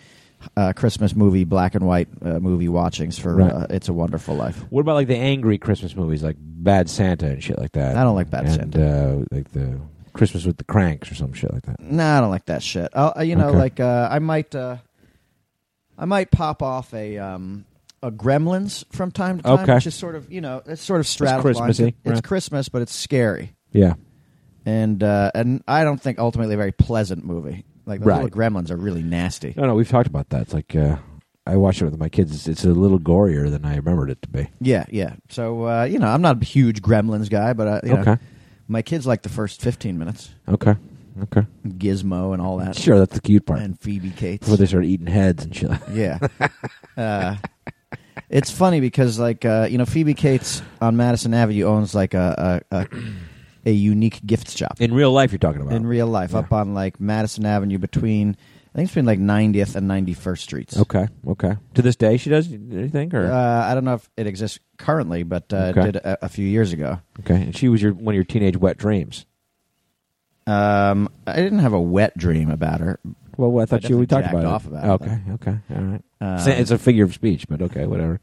[SPEAKER 4] uh, Christmas movie, black and white uh, movie watchings for
[SPEAKER 1] Right.
[SPEAKER 4] uh, It's a Wonderful Life.
[SPEAKER 1] What about like the angry Christmas movies, like Bad Santa and shit like that?
[SPEAKER 4] I don't like Bad
[SPEAKER 1] and, Santa. Uh, like the Christmas with the Cranks or some shit like that.
[SPEAKER 4] No, I don't like that shit. I'll, uh, you know,
[SPEAKER 1] Okay.
[SPEAKER 4] like uh, I might, uh, I might pop off a um, a Gremlins from time to time,
[SPEAKER 1] Okay.
[SPEAKER 4] which is sort of you know it's sort of straddled.
[SPEAKER 1] Christmassy,
[SPEAKER 4] lines. It's
[SPEAKER 1] right.
[SPEAKER 4] Christmas, but it's scary,
[SPEAKER 1] Yeah.
[SPEAKER 4] and uh, and I don't think ultimately a very pleasant movie. Like the
[SPEAKER 1] Right.
[SPEAKER 4] little Gremlins are really nasty.
[SPEAKER 1] No, no, we've talked about that. It's like uh, I watched it with my kids. It's, it's a little gorier than I remembered it to be.
[SPEAKER 4] Yeah, yeah. So uh, you know, I'm not a huge Gremlins guy, but uh, you know,
[SPEAKER 1] Okay.
[SPEAKER 4] my kids like the first 15 minutes,
[SPEAKER 1] Okay. Okay.
[SPEAKER 4] Gizmo and all that,
[SPEAKER 1] Sure, that's the cute part.
[SPEAKER 4] and Phoebe Cates.
[SPEAKER 1] Before they start eating heads and shit.
[SPEAKER 4] Yeah. uh, it's funny because, like, uh, you know, Phoebe Cates on Madison Avenue owns, like, a, a, a, a unique gift shop
[SPEAKER 1] In real life, you're talking about.
[SPEAKER 4] in real life up on, like, Madison Avenue between, I think it's between, like, 90th and 91st Streets.
[SPEAKER 1] Okay. Okay. To this day, she does anything or
[SPEAKER 4] Uh, I don't know if it exists currently, but uh,
[SPEAKER 1] Okay.
[SPEAKER 4] it did a, a few years ago.
[SPEAKER 1] okay. And she was your one of your teenage wet dreams.
[SPEAKER 4] Um, I didn't have a wet dream about her.
[SPEAKER 1] Well, I thought
[SPEAKER 4] I
[SPEAKER 1] you we talked
[SPEAKER 4] definitely
[SPEAKER 1] about
[SPEAKER 4] jacked
[SPEAKER 1] it.
[SPEAKER 4] off about it,
[SPEAKER 1] okay. Okay. All right.
[SPEAKER 4] Um,
[SPEAKER 1] It's a- it's a figure of speech, but okay, whatever.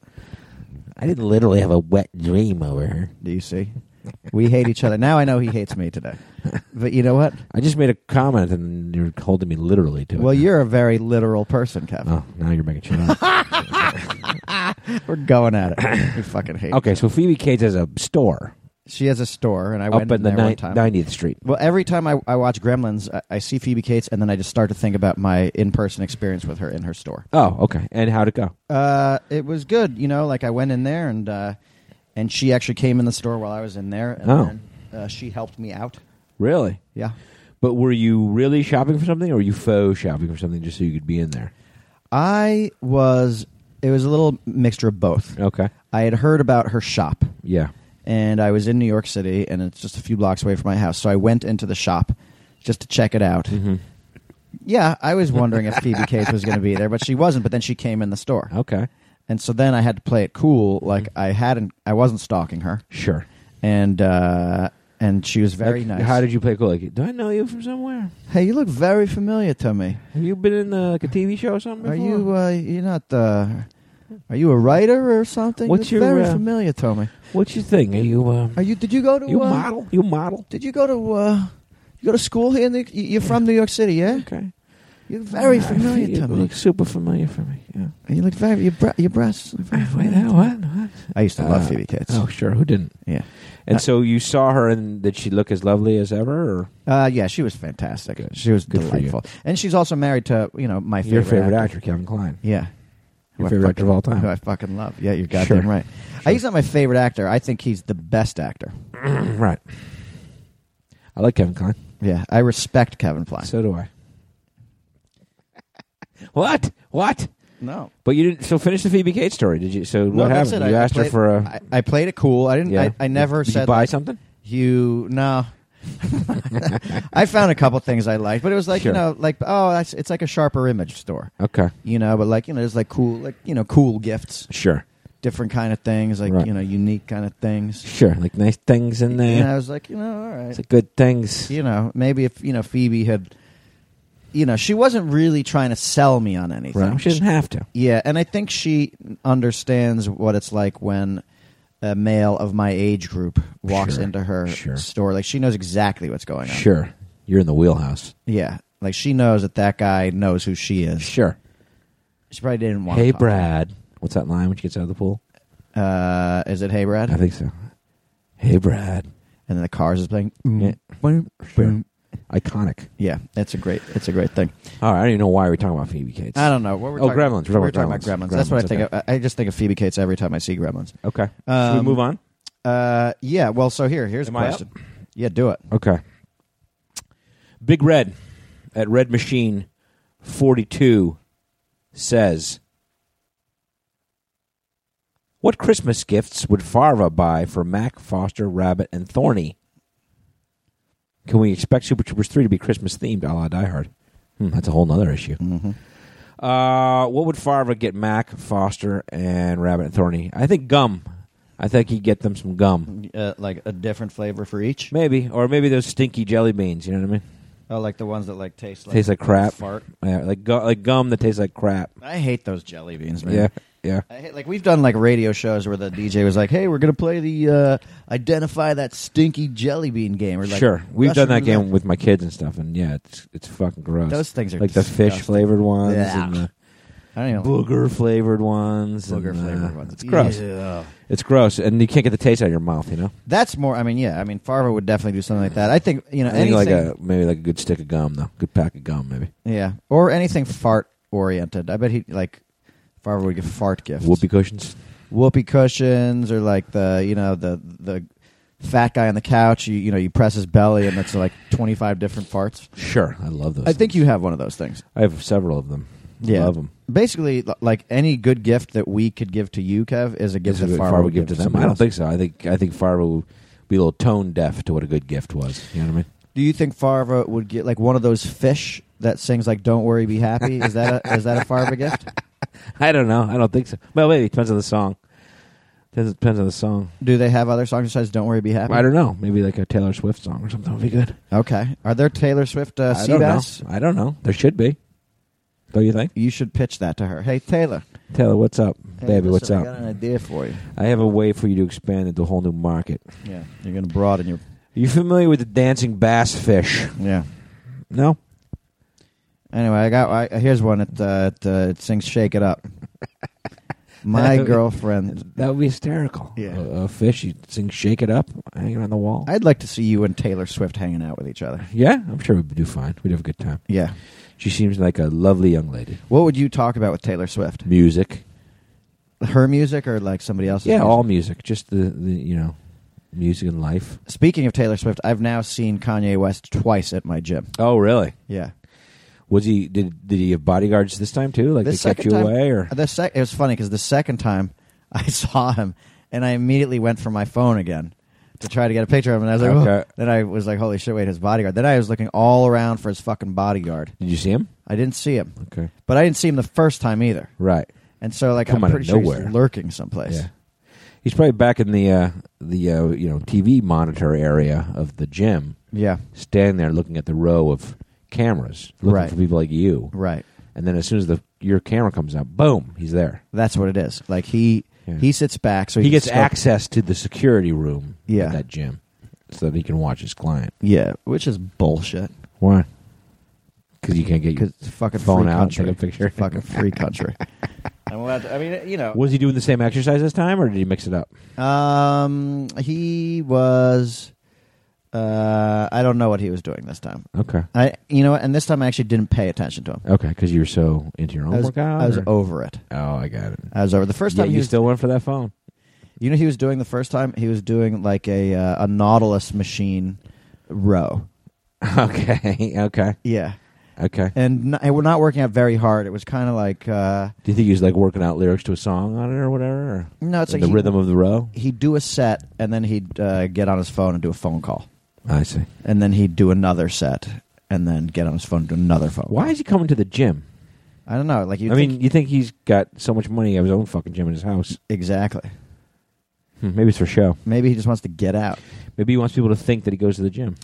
[SPEAKER 1] I didn't literally have a wet dream over her.
[SPEAKER 4] Do you see? We hate each other. Now I know he hates me today. But you know what?
[SPEAKER 1] I just made a comment, and you're holding me literally to it.
[SPEAKER 4] Well, you're a very literal person, Kevin.
[SPEAKER 1] Oh, now you're making shit up.
[SPEAKER 4] We're going at it. We fucking hate.
[SPEAKER 1] okay, so Phoebe Cates has a store
[SPEAKER 4] She has a store, and I
[SPEAKER 1] up
[SPEAKER 4] went
[SPEAKER 1] in
[SPEAKER 4] in
[SPEAKER 1] the
[SPEAKER 4] there
[SPEAKER 1] ni-
[SPEAKER 4] one time.
[SPEAKER 1] 90th Street.
[SPEAKER 4] Well, every time I, I watch Gremlins, I, I see Phoebe Cates, and then I just start to think about my in-person experience with her in her store.
[SPEAKER 1] Oh, okay. And how'd it go?
[SPEAKER 4] Uh, it was good, you know. Like I went in there, and uh, and she actually came in the store while I was in there, and
[SPEAKER 1] Oh.
[SPEAKER 4] then, uh, she helped me out.
[SPEAKER 1] Really?
[SPEAKER 4] Yeah,
[SPEAKER 1] But were you really shopping for something, or were you faux shopping for something just so you could be in there?
[SPEAKER 4] I was. It was a little mixture of both.
[SPEAKER 1] Okay.
[SPEAKER 4] I had heard about her shop,
[SPEAKER 1] Yeah.
[SPEAKER 4] and I was in New York City, and it's just a few blocks away from my house. So I went into the shop just to check it out.
[SPEAKER 1] Mm-hmm.
[SPEAKER 4] Yeah, I was wondering if Phoebe Cates was going to be there, but she wasn't. But then she came in the store,
[SPEAKER 1] Okay. Mm-hmm.
[SPEAKER 4] and so then I had to play it cool, like I hadn't, I wasn't stalking her,
[SPEAKER 1] Sure.
[SPEAKER 4] and uh, and she was very
[SPEAKER 1] Like,
[SPEAKER 4] nice.
[SPEAKER 1] How did you play cool? Like, do I know you from somewhere?
[SPEAKER 4] hey, you look very familiar to me.
[SPEAKER 1] Have you been in uh, like a TV show or something?
[SPEAKER 4] Are
[SPEAKER 1] before?
[SPEAKER 4] you? Uh, you're not the. Are you a writer or something? You
[SPEAKER 1] What's your,
[SPEAKER 4] look very
[SPEAKER 1] uh,
[SPEAKER 4] familiar to me?
[SPEAKER 1] What's your thing? Are you? Uh,
[SPEAKER 4] Are you? Did you go to?
[SPEAKER 1] you
[SPEAKER 4] uh,
[SPEAKER 1] model? You model?
[SPEAKER 4] Did you go to? Uh, you go to school here? In the, you- you're from New York City, yeah?
[SPEAKER 1] Okay.
[SPEAKER 4] You're very
[SPEAKER 1] I
[SPEAKER 4] familiar
[SPEAKER 1] feel-
[SPEAKER 4] to
[SPEAKER 1] You
[SPEAKER 4] me.
[SPEAKER 1] look super familiar for me. Yeah.
[SPEAKER 4] You look very your, bre- your breasts. look very
[SPEAKER 1] Wait,
[SPEAKER 4] familiar.
[SPEAKER 1] what? What?
[SPEAKER 4] I used to love
[SPEAKER 1] Uh,
[SPEAKER 4] Phoebe Cates.
[SPEAKER 1] Oh, sure. Who didn't?
[SPEAKER 4] Yeah,
[SPEAKER 1] And
[SPEAKER 4] Uh,
[SPEAKER 1] so you saw her, and did she look as lovely as ever? Or
[SPEAKER 4] uh, yeah, she was fantastic.
[SPEAKER 1] Good.
[SPEAKER 4] She was
[SPEAKER 1] Good for you.
[SPEAKER 4] delightful, and she's also married to you know my favorite
[SPEAKER 1] your favorite actor, Kevin Klein?
[SPEAKER 4] Yeah,
[SPEAKER 1] Your
[SPEAKER 4] Who I
[SPEAKER 1] favorite actor of all time.
[SPEAKER 4] Who I fucking love. Yeah, you're goddamn
[SPEAKER 1] Sure.
[SPEAKER 4] right. I, he's not my favorite actor. I think he's the best actor.
[SPEAKER 1] right. I like Kevin Klein.
[SPEAKER 4] Yeah, I respect Kevin Klein.
[SPEAKER 1] So do I. what? What?
[SPEAKER 4] no,
[SPEAKER 1] But you didn't. So finish the Phoebe Cates story. Did you? So
[SPEAKER 4] No,
[SPEAKER 1] what
[SPEAKER 4] that's
[SPEAKER 1] happened?
[SPEAKER 4] it.
[SPEAKER 1] You
[SPEAKER 4] I- I
[SPEAKER 1] asked her
[SPEAKER 4] played-
[SPEAKER 1] for a.
[SPEAKER 4] I, I played it cool. I didn't.
[SPEAKER 1] yeah.
[SPEAKER 4] I, I never
[SPEAKER 1] Did you
[SPEAKER 4] said
[SPEAKER 1] buy
[SPEAKER 4] like,
[SPEAKER 1] something.
[SPEAKER 4] you no i found a couple things i liked but it was like
[SPEAKER 1] Sure.
[SPEAKER 4] you know like oh that's, it's like a sharper image store
[SPEAKER 1] Okay.
[SPEAKER 4] you know but like you know there's like cool like you know cool gifts
[SPEAKER 1] Sure.
[SPEAKER 4] different kind of things like
[SPEAKER 1] Right.
[SPEAKER 4] you know unique kind of things
[SPEAKER 1] Sure. Like nice things in there.
[SPEAKER 4] and i was like you know all right
[SPEAKER 1] It's like good things.
[SPEAKER 4] you know maybe if you know phoebe had you know she wasn't really trying to sell me on anything
[SPEAKER 1] Right. She didn't have to.
[SPEAKER 4] yeah and i think she understands what it's like when a male of my age group walks
[SPEAKER 1] Sure.
[SPEAKER 4] into her
[SPEAKER 1] Sure.
[SPEAKER 4] store like she knows exactly what's going on
[SPEAKER 1] Sure. You're in the wheelhouse.
[SPEAKER 4] Yeah, like she knows that that guy knows who she is.
[SPEAKER 1] Sure.
[SPEAKER 4] She probably didn't want.
[SPEAKER 1] Hey,
[SPEAKER 4] to talk.
[SPEAKER 1] Brad. What's that line when she gets out of the pool?
[SPEAKER 4] Uh, is it Hey Brad?
[SPEAKER 1] I think so. Hey, Brad.
[SPEAKER 4] and then the cars is playing.
[SPEAKER 1] Yeah.
[SPEAKER 4] Boom,
[SPEAKER 1] Sure.
[SPEAKER 4] boom.
[SPEAKER 1] Iconic.
[SPEAKER 4] Yeah, it's a great, it's a great thing.
[SPEAKER 1] All right. I don't even know why we're talking about Phoebe Cates.
[SPEAKER 4] I don't know what we're.
[SPEAKER 1] Oh, Gremlins.
[SPEAKER 4] talking,
[SPEAKER 1] We're talking
[SPEAKER 4] We're
[SPEAKER 1] about
[SPEAKER 4] talking about
[SPEAKER 1] Gremlins.
[SPEAKER 4] Gremlins. That's what I
[SPEAKER 1] Gremlins,
[SPEAKER 4] think. Of. I I just think of Phoebe Cates every time I see Gremlins.
[SPEAKER 1] Okay. Should we
[SPEAKER 4] Um,
[SPEAKER 1] move on?
[SPEAKER 4] Uh, yeah. Well, so here, here's
[SPEAKER 1] Am
[SPEAKER 4] a
[SPEAKER 1] I
[SPEAKER 4] question. Yeah, do it.
[SPEAKER 1] Okay. Big Red at Red Machine 42 says What Christmas gifts would Farva buy for Mac, Foster, Rabbit, and Thorny? Can we expect Super Troopers 3 to be Christmas themed a la Die Hard? Hmm, that's a whole nother issue.
[SPEAKER 4] Mm-hmm.
[SPEAKER 1] Uh, what would Farva get Mac, Foster, and Rabbit and Thorny? I think gum. I think he'd get them some gum.
[SPEAKER 4] Mm. Uh, like a different flavor for each.
[SPEAKER 1] Maybe. Or maybe those stinky jelly beans, you know what I mean?
[SPEAKER 4] Oh, like the ones that like taste like
[SPEAKER 1] tastes like crap.
[SPEAKER 4] Fart.
[SPEAKER 1] Yeah, like gu- like gum that tastes like crap.
[SPEAKER 4] I hate those jelly beans, man.
[SPEAKER 1] Yeah, yeah.
[SPEAKER 4] I hate, like we've done like radio shows where the DJ was like, "Hey, we're gonna play the uh, identify that stinky jelly bean game." Or like,
[SPEAKER 1] sure, we've done that
[SPEAKER 4] Russian
[SPEAKER 1] game
[SPEAKER 4] roulette.
[SPEAKER 1] with my kids and stuff, and yeah, it's it's fucking gross.
[SPEAKER 4] Those things are
[SPEAKER 1] like the fish
[SPEAKER 4] disgusting.
[SPEAKER 1] flavored ones
[SPEAKER 4] Yeah.
[SPEAKER 1] and the
[SPEAKER 4] I don't even
[SPEAKER 1] booger flavored ones. and,
[SPEAKER 4] booger
[SPEAKER 1] uh,
[SPEAKER 4] flavored ones.
[SPEAKER 1] It's gross.
[SPEAKER 4] Ew.
[SPEAKER 1] It's gross, and you can't get the taste out of your mouth. You know,
[SPEAKER 4] That's more. I mean, yeah. I mean, Farva would definitely do something like that. I think you know
[SPEAKER 1] I think
[SPEAKER 4] anything.
[SPEAKER 1] like uh, a maybe like a good stick of gum though, good pack of gum maybe.
[SPEAKER 4] yeah, or anything fart oriented. I bet he like Farva would give fart gifts.
[SPEAKER 1] Whoopee cushions.
[SPEAKER 4] whoopee cushions or like the you know the the fat guy on the couch. You you know you press his belly and it's like twenty five different farts.
[SPEAKER 1] Sure, I love those.
[SPEAKER 4] I think
[SPEAKER 1] things.
[SPEAKER 4] you have one of those things.
[SPEAKER 1] I have several of them.
[SPEAKER 4] Yeah.
[SPEAKER 1] Love them.
[SPEAKER 4] Basically, l- like any good gift that we could give to you, Kev, is a gift
[SPEAKER 1] Is it
[SPEAKER 4] that
[SPEAKER 1] what
[SPEAKER 4] Farva,
[SPEAKER 1] Farva
[SPEAKER 4] would
[SPEAKER 1] give to them. I
[SPEAKER 4] somebody
[SPEAKER 1] don't
[SPEAKER 4] else.
[SPEAKER 1] think so. I think I think Farva would be a little tone deaf to what a good gift was. You know what I mean?
[SPEAKER 4] Do you think Farva would get like one of those fish that sings like "Don't worry, be happy"? Is that a, is that a Farva gift?
[SPEAKER 1] I don't know. I don't think so. Well, maybe it depends on the song. Depends, depends on the song.
[SPEAKER 4] Do they have other songs besides "Don't Worry, Be Happy"?
[SPEAKER 1] I don't know. Maybe like a Taylor Swift song or something would be good.
[SPEAKER 4] Okay. Are there Taylor Swift uh,
[SPEAKER 1] I don't know.
[SPEAKER 4] Seabass?
[SPEAKER 1] I don't know. There should be. Don't you think,
[SPEAKER 4] You should pitch that to her. Hey Taylor,
[SPEAKER 1] Taylor? What's up,
[SPEAKER 4] Hey,
[SPEAKER 1] baby?
[SPEAKER 4] listen,
[SPEAKER 1] What's
[SPEAKER 4] I got an
[SPEAKER 1] up?
[SPEAKER 4] idea for you.
[SPEAKER 1] I have a way for you to expand into a whole new market. Are
[SPEAKER 4] Yeah, you're gonna broaden your
[SPEAKER 1] you familiar with the dancing bass fish?
[SPEAKER 4] yeah.
[SPEAKER 1] No.
[SPEAKER 4] Anyway, I got I, here's one. It uh, it, uh, it sings "Shake It Up." My girlfriend.
[SPEAKER 1] That would be hysterical.
[SPEAKER 4] Yeah.
[SPEAKER 1] A, a fish, you sing "Shake It Up" hanging on the wall.
[SPEAKER 4] I'd like to see you and Taylor Swift hanging out with each other.
[SPEAKER 1] yeah, I'm sure we'd do fine. We'd have a good time.
[SPEAKER 4] Yeah.
[SPEAKER 1] She seems like a lovely young lady.
[SPEAKER 4] What would you talk about with Taylor Swift?
[SPEAKER 1] Music.
[SPEAKER 4] Her music or like somebody else's?
[SPEAKER 1] Yeah,
[SPEAKER 4] music?
[SPEAKER 1] all music. Just the, the you know, music and life.
[SPEAKER 4] Speaking of Taylor Swift, I've now seen Kanye West twice at my gym.
[SPEAKER 1] Oh, really?
[SPEAKER 4] Yeah.
[SPEAKER 1] Was he did did he have bodyguards this time too? Like
[SPEAKER 4] The
[SPEAKER 1] they kept
[SPEAKER 4] second
[SPEAKER 1] you
[SPEAKER 4] time- Uh,
[SPEAKER 1] away or
[SPEAKER 4] The sec- it was funny because the second time I saw him, and I immediately went for my phone again to try to get a picture of him. And I was like,
[SPEAKER 1] Okay.
[SPEAKER 4] "Oh." then I was like, holy shit, wait, his bodyguard. Then I was looking all around for his fucking bodyguard.
[SPEAKER 1] did you see him?
[SPEAKER 4] I didn't see him,
[SPEAKER 1] Okay,
[SPEAKER 4] but I didn't see him the first time either.
[SPEAKER 1] right.
[SPEAKER 4] And so, like,
[SPEAKER 1] Come
[SPEAKER 4] I'm
[SPEAKER 1] out of
[SPEAKER 4] pretty sure
[SPEAKER 1] nowhere.
[SPEAKER 4] he's lurking someplace.
[SPEAKER 1] Yeah, he's probably back in the uh, the uh, you know TV monitor area of the gym,
[SPEAKER 4] Yeah.
[SPEAKER 1] standing there looking at the row of cameras, looking
[SPEAKER 4] Right.
[SPEAKER 1] for people like you.
[SPEAKER 4] Right.
[SPEAKER 1] And then as soon as the your camera comes up, boom, he's there.
[SPEAKER 4] That's what it is. Like he
[SPEAKER 1] Yeah.
[SPEAKER 4] he sits back, so
[SPEAKER 1] he
[SPEAKER 4] can
[SPEAKER 1] gets
[SPEAKER 4] still-
[SPEAKER 1] access to the security room
[SPEAKER 4] Yeah.
[SPEAKER 1] at that gym, so that he can watch his client.
[SPEAKER 4] Yeah, which is bullshit.
[SPEAKER 1] Why? Because you can't get your
[SPEAKER 4] Because it's a fucking
[SPEAKER 1] phone
[SPEAKER 4] free
[SPEAKER 1] out and
[SPEAKER 4] country.
[SPEAKER 1] take a picture.
[SPEAKER 4] It's a fucking free country. And we'll have to- I mean, you know,
[SPEAKER 1] Was he doing the same exercise this time, or did he mix it up?
[SPEAKER 4] um, he was. Uh, I don't know what he was doing this time.
[SPEAKER 1] Okay.
[SPEAKER 4] I, you know, what, and this time I actually didn't pay attention to him.
[SPEAKER 1] Okay, because you were so into your own
[SPEAKER 4] I was,
[SPEAKER 1] workout.
[SPEAKER 4] I was
[SPEAKER 1] or-
[SPEAKER 4] over it.
[SPEAKER 1] oh, I got it.
[SPEAKER 4] I was over. The first
[SPEAKER 1] Oh Yeah,
[SPEAKER 4] time he
[SPEAKER 1] you
[SPEAKER 4] was,
[SPEAKER 1] still went for that phone.
[SPEAKER 4] you know, he was doing the first time. He was doing like a uh, a Nautilus machine row.
[SPEAKER 1] okay, okay,
[SPEAKER 4] Yeah,
[SPEAKER 1] okay.
[SPEAKER 4] and, n- and we're not working out very hard. It was kind of like uh,
[SPEAKER 1] Do you think he was like working out lyrics to a song on it or whatever? Or
[SPEAKER 4] no, it's
[SPEAKER 1] the
[SPEAKER 4] like he-
[SPEAKER 1] rhythm of the row.
[SPEAKER 4] he'd do a set and then he'd uh, get on his phone and do a phone call
[SPEAKER 1] I see.
[SPEAKER 4] and then he'd do another set and then get on his phone and do another phone
[SPEAKER 1] Why
[SPEAKER 4] call.
[SPEAKER 1] is he coming to the gym?
[SPEAKER 4] i don't know like you
[SPEAKER 1] I
[SPEAKER 4] think,
[SPEAKER 1] mean, you think he's got so much money? He has his own fucking gym in his house.
[SPEAKER 4] exactly
[SPEAKER 1] Hmm, Maybe it's for show.
[SPEAKER 4] maybe he just wants to get out
[SPEAKER 1] Maybe he wants people to think that he goes to the gym.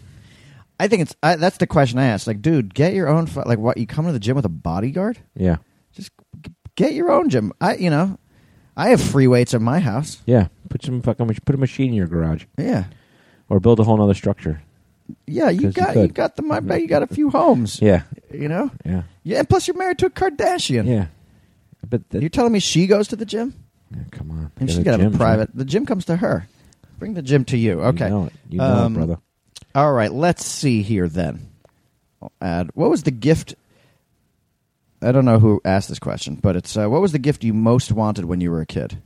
[SPEAKER 4] i think it's I, that's the question i asked like dude get your own pho- like what you come to the gym with a bodyguard
[SPEAKER 1] Yeah,
[SPEAKER 4] get your own gym i you know i have free weights at my house
[SPEAKER 1] yeah. Put some fucking mach- put a machine in your garage
[SPEAKER 4] yeah
[SPEAKER 1] or build a whole nother structure.
[SPEAKER 4] yeah you
[SPEAKER 1] 'Cause you
[SPEAKER 4] got you,
[SPEAKER 1] could.
[SPEAKER 4] got the my bet you got a few homes
[SPEAKER 1] Yeah,
[SPEAKER 4] you know
[SPEAKER 1] yeah,
[SPEAKER 4] yeah and plus you're married to a kardashian
[SPEAKER 1] yeah. But that,
[SPEAKER 4] you're telling me she goes to the gym
[SPEAKER 1] Yeah, come on,
[SPEAKER 4] And
[SPEAKER 1] Go
[SPEAKER 4] she's
[SPEAKER 1] to
[SPEAKER 4] got to have a
[SPEAKER 1] gyms,
[SPEAKER 4] private.
[SPEAKER 1] man.
[SPEAKER 4] The gym comes to her. Bring the gym to you. Okay.
[SPEAKER 1] you know it, you know
[SPEAKER 4] Um,
[SPEAKER 1] it brother.
[SPEAKER 4] All right. Let's see here then. I'll add. What was the gift? I don't know who asked this question, but it's uh, what was the gift you most wanted when you were a kid?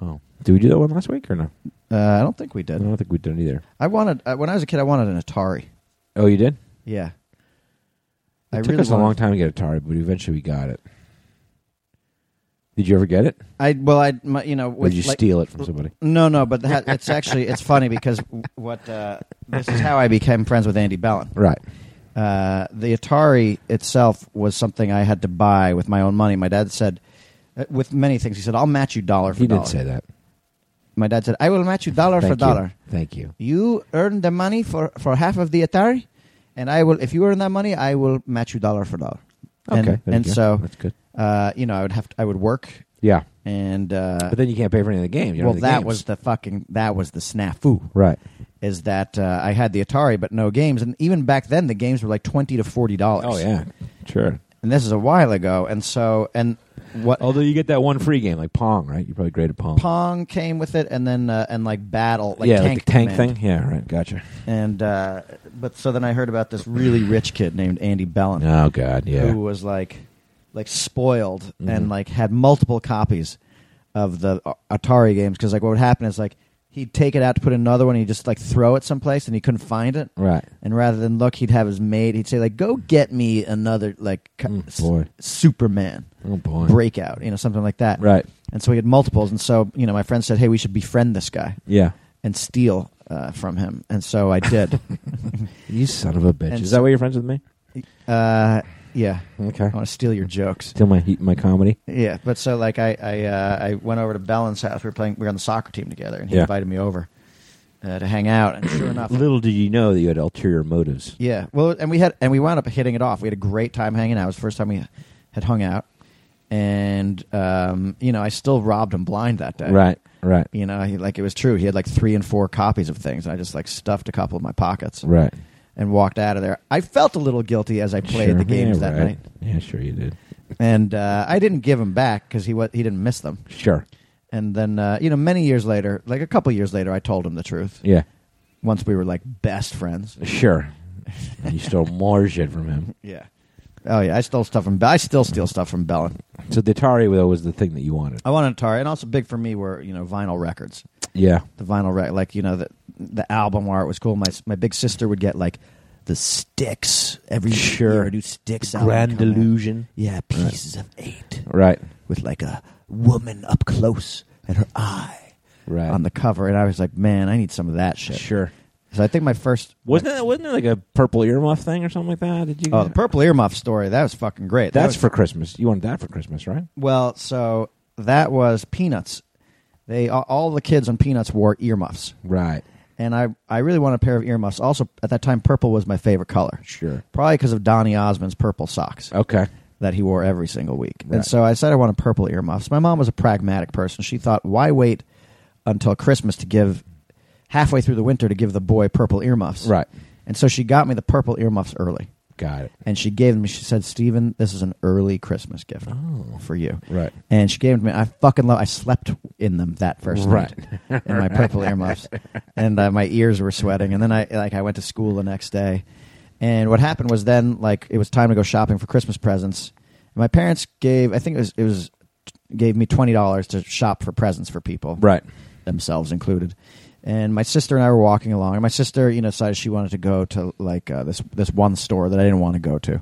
[SPEAKER 1] Oh, did we do that one last week or no?
[SPEAKER 4] Uh, I don't think we
[SPEAKER 1] I
[SPEAKER 4] did.
[SPEAKER 1] don't think we did either.
[SPEAKER 4] I wanted uh, when I was a kid. I wanted an Atari.
[SPEAKER 1] Oh, you did.
[SPEAKER 4] Yeah. It
[SPEAKER 1] It took us a long time to get Atari, but eventually we got it. Did you ever get it?
[SPEAKER 4] I well, I my, you know,
[SPEAKER 1] Or
[SPEAKER 4] with,
[SPEAKER 1] did you
[SPEAKER 4] like-
[SPEAKER 1] steal it from somebody?
[SPEAKER 4] No, no, but that, it's actually it's funny because what uh, this is how I became friends with Andy Bellin.
[SPEAKER 1] Right.
[SPEAKER 4] uh, the Atari itself was something I had to buy with my own money. My dad said, uh, with many things, he said, "I'll match you dollar for
[SPEAKER 1] He
[SPEAKER 4] dollar."
[SPEAKER 1] didn't say that.
[SPEAKER 4] My dad said, "I will match you dollar
[SPEAKER 1] Thank
[SPEAKER 4] for
[SPEAKER 1] you.
[SPEAKER 4] dollar.
[SPEAKER 1] Thank you.
[SPEAKER 4] You earn the money for for half of the Atari, and I will. If you earn that money, I will match you dollar for dollar. And,
[SPEAKER 1] Okay, there you
[SPEAKER 4] and
[SPEAKER 1] go.
[SPEAKER 4] so
[SPEAKER 1] That's good.
[SPEAKER 4] Uh, you know, I would have to, I would work
[SPEAKER 1] Yeah,
[SPEAKER 4] and uh,
[SPEAKER 1] but then you can't pay for any of the games. you know,
[SPEAKER 4] well,
[SPEAKER 1] the
[SPEAKER 4] that
[SPEAKER 1] games.
[SPEAKER 4] was the fucking that was the snafu.
[SPEAKER 1] right.
[SPEAKER 4] Is that uh, I had the Atari but no games, and even back then the games were like twenty to forty dollars.
[SPEAKER 1] Oh yeah, sure.
[SPEAKER 4] and this is a while ago, and so and what
[SPEAKER 1] Although you get that one free game like Pong, right? You're probably great at Pong.
[SPEAKER 4] Pong came with it, and then uh, and like battle, like
[SPEAKER 1] yeah,
[SPEAKER 4] tank
[SPEAKER 1] like the tank
[SPEAKER 4] command.
[SPEAKER 1] thing. Yeah, right. Gotcha.
[SPEAKER 4] And uh, but so then I heard about this really rich kid named Andy Bellin,
[SPEAKER 1] Oh god, yeah. Mm-hmm.
[SPEAKER 4] who was like like spoiled and like had multiple copies of the uh, Atari games because like what would happen is like he'd take it out to put in another one, he'd just like throw it someplace, and he couldn't find it.
[SPEAKER 1] Right.
[SPEAKER 4] And rather than look, he'd have his maid. He'd say like, "Go get me another like co-
[SPEAKER 1] Mm,
[SPEAKER 4] s-
[SPEAKER 1] boy.
[SPEAKER 4] Superman
[SPEAKER 1] Oh boy.
[SPEAKER 4] breakout, you know, something like that."
[SPEAKER 1] Right.
[SPEAKER 4] And so he had multiples, and so you know, my friend said, "Hey, we should befriend this guy."
[SPEAKER 1] Yeah.
[SPEAKER 4] and steal uh, from him. And so I did.
[SPEAKER 1] You son of a bitch.
[SPEAKER 4] And
[SPEAKER 1] Is
[SPEAKER 4] so-
[SPEAKER 1] that why you're friends with me?
[SPEAKER 4] uh, yeah,
[SPEAKER 1] Okay.
[SPEAKER 4] I want to steal your jokes.
[SPEAKER 1] Still my my comedy.
[SPEAKER 4] Yeah, but so like I I, uh, I went over to Bellin's house. We were playing. We were on the soccer team together, and he
[SPEAKER 1] Yeah.
[SPEAKER 4] invited me over uh, to hang out. And sure enough,
[SPEAKER 1] Little did you know that you had ulterior motives.
[SPEAKER 4] yeah. Well, and we had and we wound up hitting it off. We had a great time hanging out. It was the first time we had hung out, and um, you know I still robbed him blind that day.
[SPEAKER 1] Right. Right.
[SPEAKER 4] You know, he, like it was true. He had like three and four copies of things, and I just like stuffed a couple in my pockets.
[SPEAKER 1] Right.
[SPEAKER 4] and walked out of there. I felt a little guilty as I played
[SPEAKER 1] Sure.
[SPEAKER 4] the games
[SPEAKER 1] Yeah,
[SPEAKER 4] that
[SPEAKER 1] right.
[SPEAKER 4] night,
[SPEAKER 1] Yeah, sure you did.
[SPEAKER 4] and uh, I didn't give him back because he wa- he didn't miss them.
[SPEAKER 1] Sure.
[SPEAKER 4] And then uh, you know, many years later, like a couple years later, I told him the truth.
[SPEAKER 1] Yeah.
[SPEAKER 4] Once we were like best friends.
[SPEAKER 1] Sure. you stole more shit from him.
[SPEAKER 4] Yeah. Oh yeah, I stole stuff from. Be- I still steal stuff from Bellin.
[SPEAKER 1] So the Atari though was the thing that you wanted.
[SPEAKER 4] I want an Atari, and also big for me were you know vinyl records.
[SPEAKER 1] Yeah.
[SPEAKER 4] The vinyl rec, like you know the the album art was cool. My s- my big sister would get like the sticks every
[SPEAKER 1] Sure.
[SPEAKER 4] year. New sticks. album
[SPEAKER 1] Grand
[SPEAKER 4] come out.
[SPEAKER 1] Illusion.
[SPEAKER 4] Yeah, pieces of eight.
[SPEAKER 1] Right.
[SPEAKER 4] with like a woman up close and her eye
[SPEAKER 1] Right.
[SPEAKER 4] on the cover, and I was like, man, I need some of that shit.
[SPEAKER 1] Sure.
[SPEAKER 4] So I think my first
[SPEAKER 1] Wasn't that wasn't there like a purple earmuff thing or something like that? Did you?
[SPEAKER 4] oh the purple earmuff story that was fucking great. That
[SPEAKER 1] That's
[SPEAKER 4] was-
[SPEAKER 1] for Christmas. You wanted that for Christmas, right?
[SPEAKER 4] well, so that was Peanuts. They all- all the kids on Peanuts wore earmuffs,
[SPEAKER 1] Right.
[SPEAKER 4] and I I really wanted a pair of earmuffs. Also at that time, purple was my favorite color,
[SPEAKER 1] Sure.
[SPEAKER 4] probably because of Donny Osmond's purple socks.
[SPEAKER 1] Okay.
[SPEAKER 4] that he wore every single week.
[SPEAKER 1] Right.
[SPEAKER 4] And so I said I wanted purple earmuffs. My mom was a pragmatic person. She thought, why wait until Christmas to give halfway through the winter to give the boy purple earmuffs?
[SPEAKER 1] Right.
[SPEAKER 4] And so she got me the purple earmuffs early.
[SPEAKER 1] Got it.
[SPEAKER 4] And she gave them. She said, "Steven, this is an early Christmas gift
[SPEAKER 1] Oh.
[SPEAKER 4] for you."
[SPEAKER 1] Right.
[SPEAKER 4] And she gave them to me. I fucking love. I slept in them that first
[SPEAKER 1] Right.
[SPEAKER 4] night in my purple earmuffs, and uh, my ears were sweating. And then I like I went to school the next day, and what happened was then like it was time to go shopping for Christmas presents. My parents gave I think it was it was gave me twenty dollars to shop for presents for people
[SPEAKER 1] Right.
[SPEAKER 4] themselves included. And my sister and I were walking along, and my sister, you know, decided she wanted to go to like uh, this this one store that I didn't want to go to,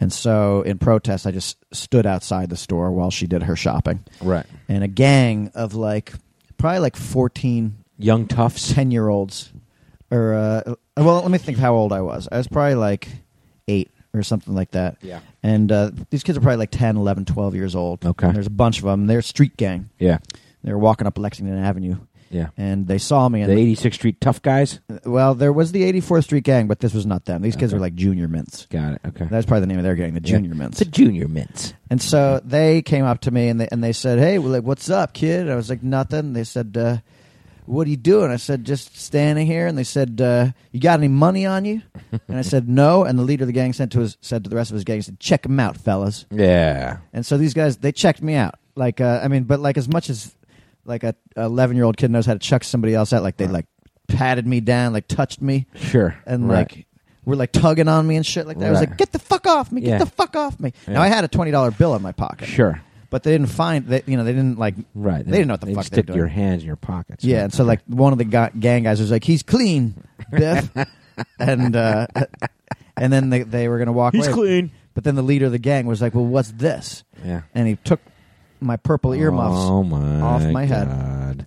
[SPEAKER 4] and so in protest, I just stood outside the store while she did her shopping.
[SPEAKER 1] Right.
[SPEAKER 4] And a gang of like probably like 14,
[SPEAKER 1] Young Tufts.
[SPEAKER 4] 10 year olds, or uh, well, let me think of how old I was. I was probably like eight or something like that.
[SPEAKER 1] Yeah.
[SPEAKER 4] And uh, these kids are probably like 10, 11, 12 years old.
[SPEAKER 1] Okay.
[SPEAKER 4] And there's a bunch of them. They're a street gang.
[SPEAKER 1] Yeah.
[SPEAKER 4] They were walking up Lexington Avenue
[SPEAKER 1] Yeah.
[SPEAKER 4] and they saw me.
[SPEAKER 1] The
[SPEAKER 4] And
[SPEAKER 1] 86th Street Tough Guys.
[SPEAKER 4] well, there was the 84th Street Gang, but this was not them. These kids
[SPEAKER 1] Okay.
[SPEAKER 4] were like junior mints.
[SPEAKER 1] Got it. Okay.
[SPEAKER 4] That's probably the name of their gang, the
[SPEAKER 1] Yeah.
[SPEAKER 4] junior mints.
[SPEAKER 1] The Junior Mints.
[SPEAKER 4] And so they came up to me and they and they said, "Hey, well, like, what's up, kid?" And I was like, "Nothing." They said, uh, "What are you doing?" I said, "Just standing here." And they said, uh, "You got any money on you?" and I said, "No." And the leader of the gang sent to his said to the rest of his gang, he "said Check him out, fellas."
[SPEAKER 1] Yeah.
[SPEAKER 4] And so these guys they checked me out. Like uh, I mean, but like as much as like a eleven year old kid knows how to chuck somebody else out, like they like patted me down, like touched me,
[SPEAKER 1] Sure.
[SPEAKER 4] and
[SPEAKER 1] Right.
[SPEAKER 4] like were like tugging on me and shit like that. I was
[SPEAKER 1] Right.
[SPEAKER 4] like, "Get the fuck off me! Get
[SPEAKER 1] Yeah.
[SPEAKER 4] the fuck off me!"
[SPEAKER 1] Yeah.
[SPEAKER 4] Now I had a twenty dollar bill in my pocket,
[SPEAKER 1] Sure.
[SPEAKER 4] but they didn't find that. You know, they didn't like.
[SPEAKER 1] Right.
[SPEAKER 4] They didn't know what the
[SPEAKER 1] They'd
[SPEAKER 4] fuck they were
[SPEAKER 1] Stick
[SPEAKER 4] doing.
[SPEAKER 1] your hands in your pockets.
[SPEAKER 4] Yeah, and so like one of the ga- gang guys was like, "He's clean, Biff," and uh, and then they they were gonna walk. away.
[SPEAKER 1] clean.
[SPEAKER 4] But then the leader of the gang was like, "Well, what's this?"
[SPEAKER 1] Yeah.
[SPEAKER 4] And he took my purple earmuffs
[SPEAKER 1] Oh my.
[SPEAKER 4] off my head.
[SPEAKER 1] God.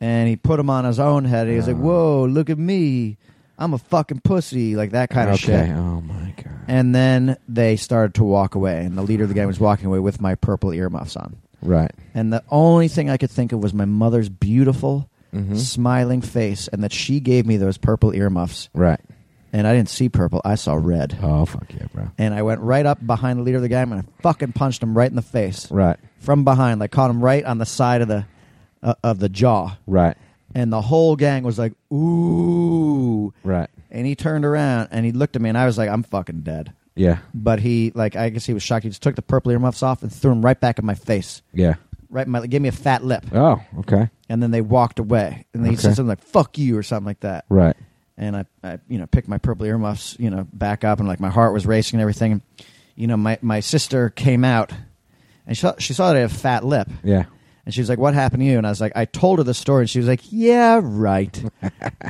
[SPEAKER 4] and he put them on his own head. He was
[SPEAKER 1] Ah.
[SPEAKER 4] like, "Whoa, look at me! I'm a fucking pussy," like that kind of
[SPEAKER 1] okay.
[SPEAKER 4] shit.
[SPEAKER 1] Oh my God.
[SPEAKER 4] And then they started to walk away, and the leader of the gang was walking away with my purple earmuffs on.
[SPEAKER 1] Right.
[SPEAKER 4] And the only thing I could think of was my mother's beautiful,
[SPEAKER 1] Mhm.
[SPEAKER 4] smiling face, and that she gave me those purple earmuffs
[SPEAKER 1] Right.
[SPEAKER 4] and I didn't see purple. I saw red.
[SPEAKER 1] Oh fuck yeah, bro.
[SPEAKER 4] And I went right up behind the leader of the game and I fucking punched him right in the face
[SPEAKER 1] Right,
[SPEAKER 4] from behind. Like caught him right on the side of the uh, of the jaw.
[SPEAKER 1] right,
[SPEAKER 4] And the whole gang was like, "Ooh!"
[SPEAKER 1] right.
[SPEAKER 4] And he turned around and he looked at me and I was like, "I'm fucking dead."
[SPEAKER 1] Yeah,
[SPEAKER 4] But he, like, I guess he was shocked. He just took the purple earmuffs off and threw them right back in my face.
[SPEAKER 1] yeah.
[SPEAKER 4] Right, in my gave me a fat lip,
[SPEAKER 1] Oh, okay.
[SPEAKER 4] and then they walked away. And then he
[SPEAKER 1] Okay.
[SPEAKER 4] said something like "fuck you" or something like that.
[SPEAKER 1] Right.
[SPEAKER 4] and I, I you know picked my purple earmuffs you know back up and like my heart was racing and everything you know my, my sister came out and she saw, she saw that i had a fat lip
[SPEAKER 1] Yeah.
[SPEAKER 4] and she was like what happened to you and i was like i told her the story and she was like yeah right